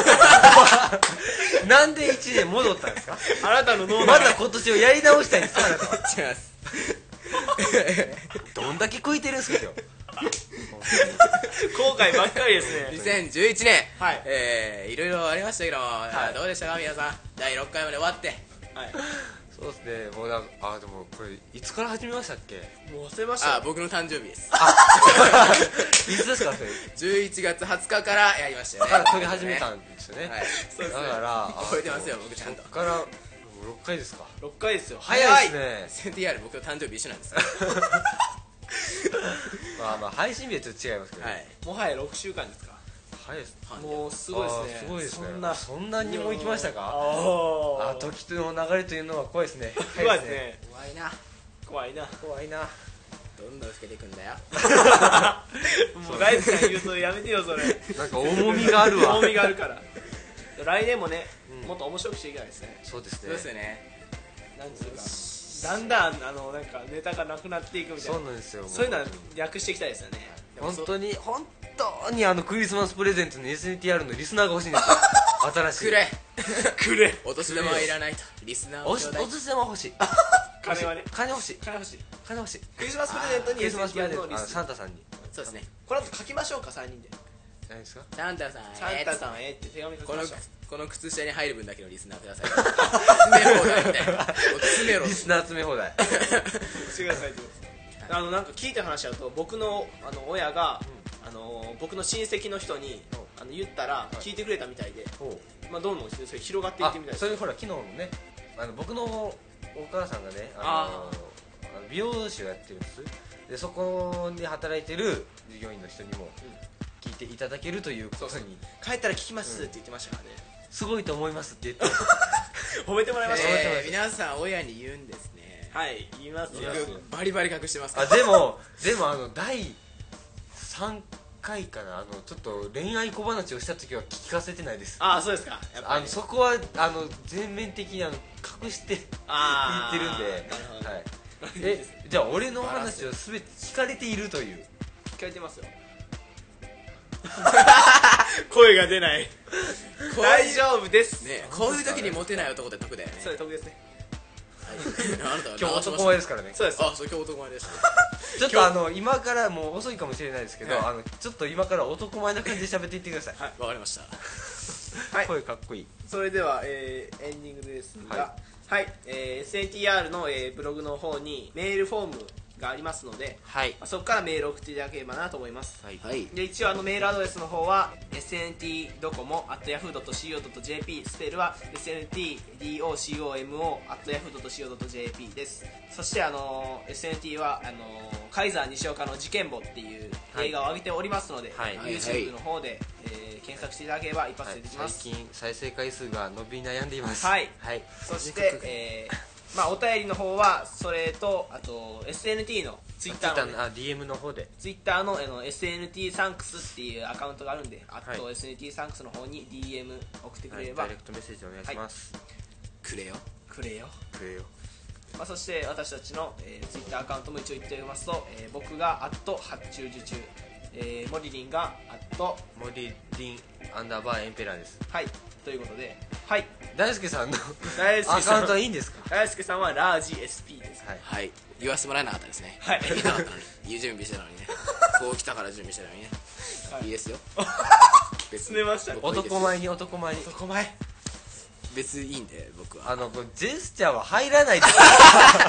Speaker 1: なんで1年戻ったんですか
Speaker 3: あなたの脳
Speaker 1: ま
Speaker 3: 内
Speaker 1: だ今年をやり直したいんですかあなたは
Speaker 2: 違います
Speaker 1: どんだけ食いてるんすか今日
Speaker 3: 後悔ばっかりですね
Speaker 2: 2011年、
Speaker 3: はい
Speaker 2: えーいろいろありましたけども、
Speaker 3: い
Speaker 2: どうでしたか皆さん第6回まで終わって
Speaker 3: はい
Speaker 1: そうですねもうなんかあでもこれいつから始めましたっけ
Speaker 3: もう忘れました
Speaker 2: あ
Speaker 3: よ
Speaker 2: 僕の誕生日です
Speaker 1: いつですか それ
Speaker 2: 11月20日からやりましたよね
Speaker 1: から撮り始めたんですよね
Speaker 2: はい
Speaker 3: そうで
Speaker 1: だ
Speaker 3: す
Speaker 1: か
Speaker 3: ね
Speaker 1: ら
Speaker 2: 覚えてますよ僕ちゃんと
Speaker 1: こっからもう6回ですか
Speaker 3: 6回ですよ
Speaker 1: 早いです
Speaker 2: SNTR 僕の誕生日一緒なんです
Speaker 1: ねまあまあ配信日はちょっと違いますけど、
Speaker 2: はい
Speaker 3: もはや6週間ですか
Speaker 1: 早いです
Speaker 3: もうすごいですね
Speaker 1: あーすごいですね
Speaker 3: そんな
Speaker 1: そんなにも行きましたか
Speaker 3: あ
Speaker 1: あ時との流れというのは怖いですね
Speaker 3: ー怖いですね
Speaker 2: 怖いな
Speaker 3: 怖いな
Speaker 1: 怖いな
Speaker 2: どんどん老けていくんだよ
Speaker 3: もう大好きな言うとやめてよそれ
Speaker 1: なんか重みがあるわ
Speaker 3: 重みがあるから来年もね、もっと面白くしていきたいですね
Speaker 1: そうです
Speaker 2: そうです
Speaker 1: ね
Speaker 2: よね
Speaker 3: なんつうかだんだんあのなんかネタがなくなっていくみたい
Speaker 1: そ
Speaker 3: な
Speaker 1: うなんですよも
Speaker 3: そういうのは略していきたいですよね
Speaker 1: 本当に本当にあのクリスマスプレゼントの SNTR のリスナーが欲しいん ですよ新しい
Speaker 2: くれ
Speaker 3: く れ
Speaker 2: お年玉はいらないとリスナーを
Speaker 1: お
Speaker 2: ち
Speaker 1: し
Speaker 2: ょ
Speaker 1: お
Speaker 2: うだい
Speaker 1: 年玉欲しい
Speaker 3: 金はね
Speaker 1: 金欲しい
Speaker 3: 金欲しい
Speaker 1: 金欲しい
Speaker 3: クリスマスプレゼントに
Speaker 1: クリスマスプレ
Speaker 3: SNTR
Speaker 1: ゼン
Speaker 3: の
Speaker 1: ト
Speaker 3: リ
Speaker 1: あの
Speaker 3: ス
Speaker 1: サンタさんに
Speaker 2: そうですね
Speaker 3: これあと書きましょうか3人で
Speaker 1: 何ですか
Speaker 2: サンタさんへ
Speaker 3: サンタさんへって手紙書き
Speaker 2: こ
Speaker 3: ま
Speaker 2: の
Speaker 3: しょう
Speaker 2: この靴下に入る分だけのリスナーくださ い詰め放題みたいなもう詰めろ
Speaker 1: リスナー詰め放題
Speaker 3: してくださいってことあのなんか聞いた話だと僕のあの親が、あの僕の親戚の人にあの言ったら聞いてくれたみたいで、
Speaker 1: おう
Speaker 3: まあ、どうもそれ広がっていっ
Speaker 1: あ
Speaker 3: てみたいです
Speaker 1: それほら昨日もねあの僕のお母さんがねあのあの美容師をやってるんですでそこで働いてる従業員の人にも聞いていただけるということに
Speaker 3: 帰ったら聞きますって言ってましたからね、
Speaker 1: すごいと思いますって言って
Speaker 3: 褒めてもらいました、
Speaker 2: えー皆さん親に言うんですね
Speaker 3: はい言いますよ
Speaker 1: 言いますよ
Speaker 2: バリバリ隠してますか
Speaker 1: あ
Speaker 2: ら
Speaker 1: でもでもあの第3回かなあのちょっと恋愛小話をした時は聞かせてないです
Speaker 3: ああそうですかやっぱ
Speaker 1: あ
Speaker 3: り
Speaker 1: のそこはあの全面的にあの隠して
Speaker 3: あ
Speaker 1: 言っ
Speaker 3: ー
Speaker 1: てるん
Speaker 3: なるほ
Speaker 1: で、
Speaker 3: ど
Speaker 1: はい、えじゃあ俺の話を全て聞かれているという
Speaker 3: 聞かれてますよ 声が出ない大丈夫です
Speaker 2: ねこういう時にモテない男って得だよね
Speaker 3: それ得ですね
Speaker 2: はいあなたは
Speaker 1: 今日
Speaker 2: 直
Speaker 1: 男
Speaker 2: しまし
Speaker 1: 前ですからね
Speaker 3: そうです
Speaker 2: たあそう今日男前でし
Speaker 1: ち
Speaker 2: た
Speaker 1: ょっとあの今からもう遅いかもしれないですけど、
Speaker 3: はい
Speaker 1: あのちょっと今から男前な感じで喋っていってください、
Speaker 2: わかりました
Speaker 3: はい
Speaker 1: 声かっこいい
Speaker 3: それでは、えーエンディングですがはい、えー SATR の、えーブログの方にメールフォームがありますので
Speaker 2: はい
Speaker 3: まあそこからメールを送っていただければなと思います
Speaker 1: はい
Speaker 2: はい
Speaker 3: で一応あのメールアドレスの方は SNT ドコモ at yahoo.co.jp スペルは SNTDOCOMO at yahoo.co.jp ですそしてあの SNT はあのカイザー西岡の事件簿っていう映画を上げておりますので、
Speaker 1: はい
Speaker 2: はい
Speaker 3: YouTube の方で、えー検索していただければ一発でできます、
Speaker 1: 最近再生回数が伸び悩んでいます
Speaker 3: はい
Speaker 1: はい、
Speaker 3: そして、えーまあ、お便りの方はそれとあと SNT の
Speaker 1: ツイッ
Speaker 3: Twitter
Speaker 1: ター
Speaker 3: の
Speaker 1: のあ DM の方で
Speaker 3: ツイッターのあの SNT サンクスっていうアカウントがあるんで、あと
Speaker 1: は
Speaker 3: SNT サンクスの方に DM 送ってく
Speaker 1: は
Speaker 3: れれ
Speaker 1: い
Speaker 3: ば、
Speaker 1: ダイレクトメッセージお願いします、
Speaker 2: くれよ
Speaker 3: くれよ、
Speaker 1: くれよ
Speaker 3: まあ、そして私たちの、えー、ツイッターアカウントも一応言っておりますと、えー僕が「アット発注受注」えー、モリリンが「アット
Speaker 1: モリリンアンダーバーエンペラーです
Speaker 3: はい」ということではい
Speaker 1: 大輔さんの
Speaker 3: 大輔
Speaker 1: ア
Speaker 3: さん
Speaker 1: カウントはいいんですか
Speaker 3: 大輔さんはラージ SP です
Speaker 1: はい
Speaker 2: はい言わせてもらえなかったですね
Speaker 3: はい
Speaker 2: 言えなかったのに言う準備してたのに ねこう来たから準備してたのにねいいですよ別
Speaker 3: 詰めましたね
Speaker 2: 僕いいです
Speaker 1: 男前に男前に
Speaker 3: 男前
Speaker 2: 別にいいんで僕は
Speaker 1: あのこれジェスチャーは入ら ないです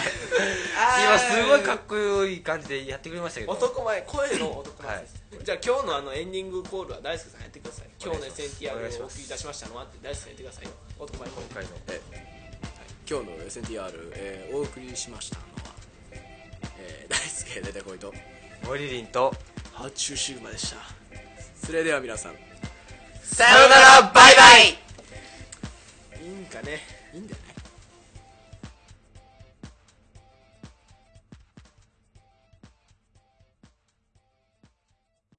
Speaker 1: 今すごいかっこよい感じでやってくれ ましたけど
Speaker 3: 男前声の男前です、じゃあ今日のあのエンディングコールは大輔さんやってください今日の
Speaker 1: お
Speaker 3: SNTR
Speaker 1: 願いし
Speaker 3: をお
Speaker 1: ま
Speaker 3: 送
Speaker 1: す
Speaker 3: りいたしましたのはって大輔さんやってくださいよ男前声
Speaker 1: 今回の
Speaker 2: 今日の SNTR、えーお送りしましたのは、えー、大輔大体こいと
Speaker 1: モリリンと
Speaker 2: 発注シグマでしたそれでは皆さん
Speaker 3: さようならバイバイいいんかね
Speaker 2: いいんだよね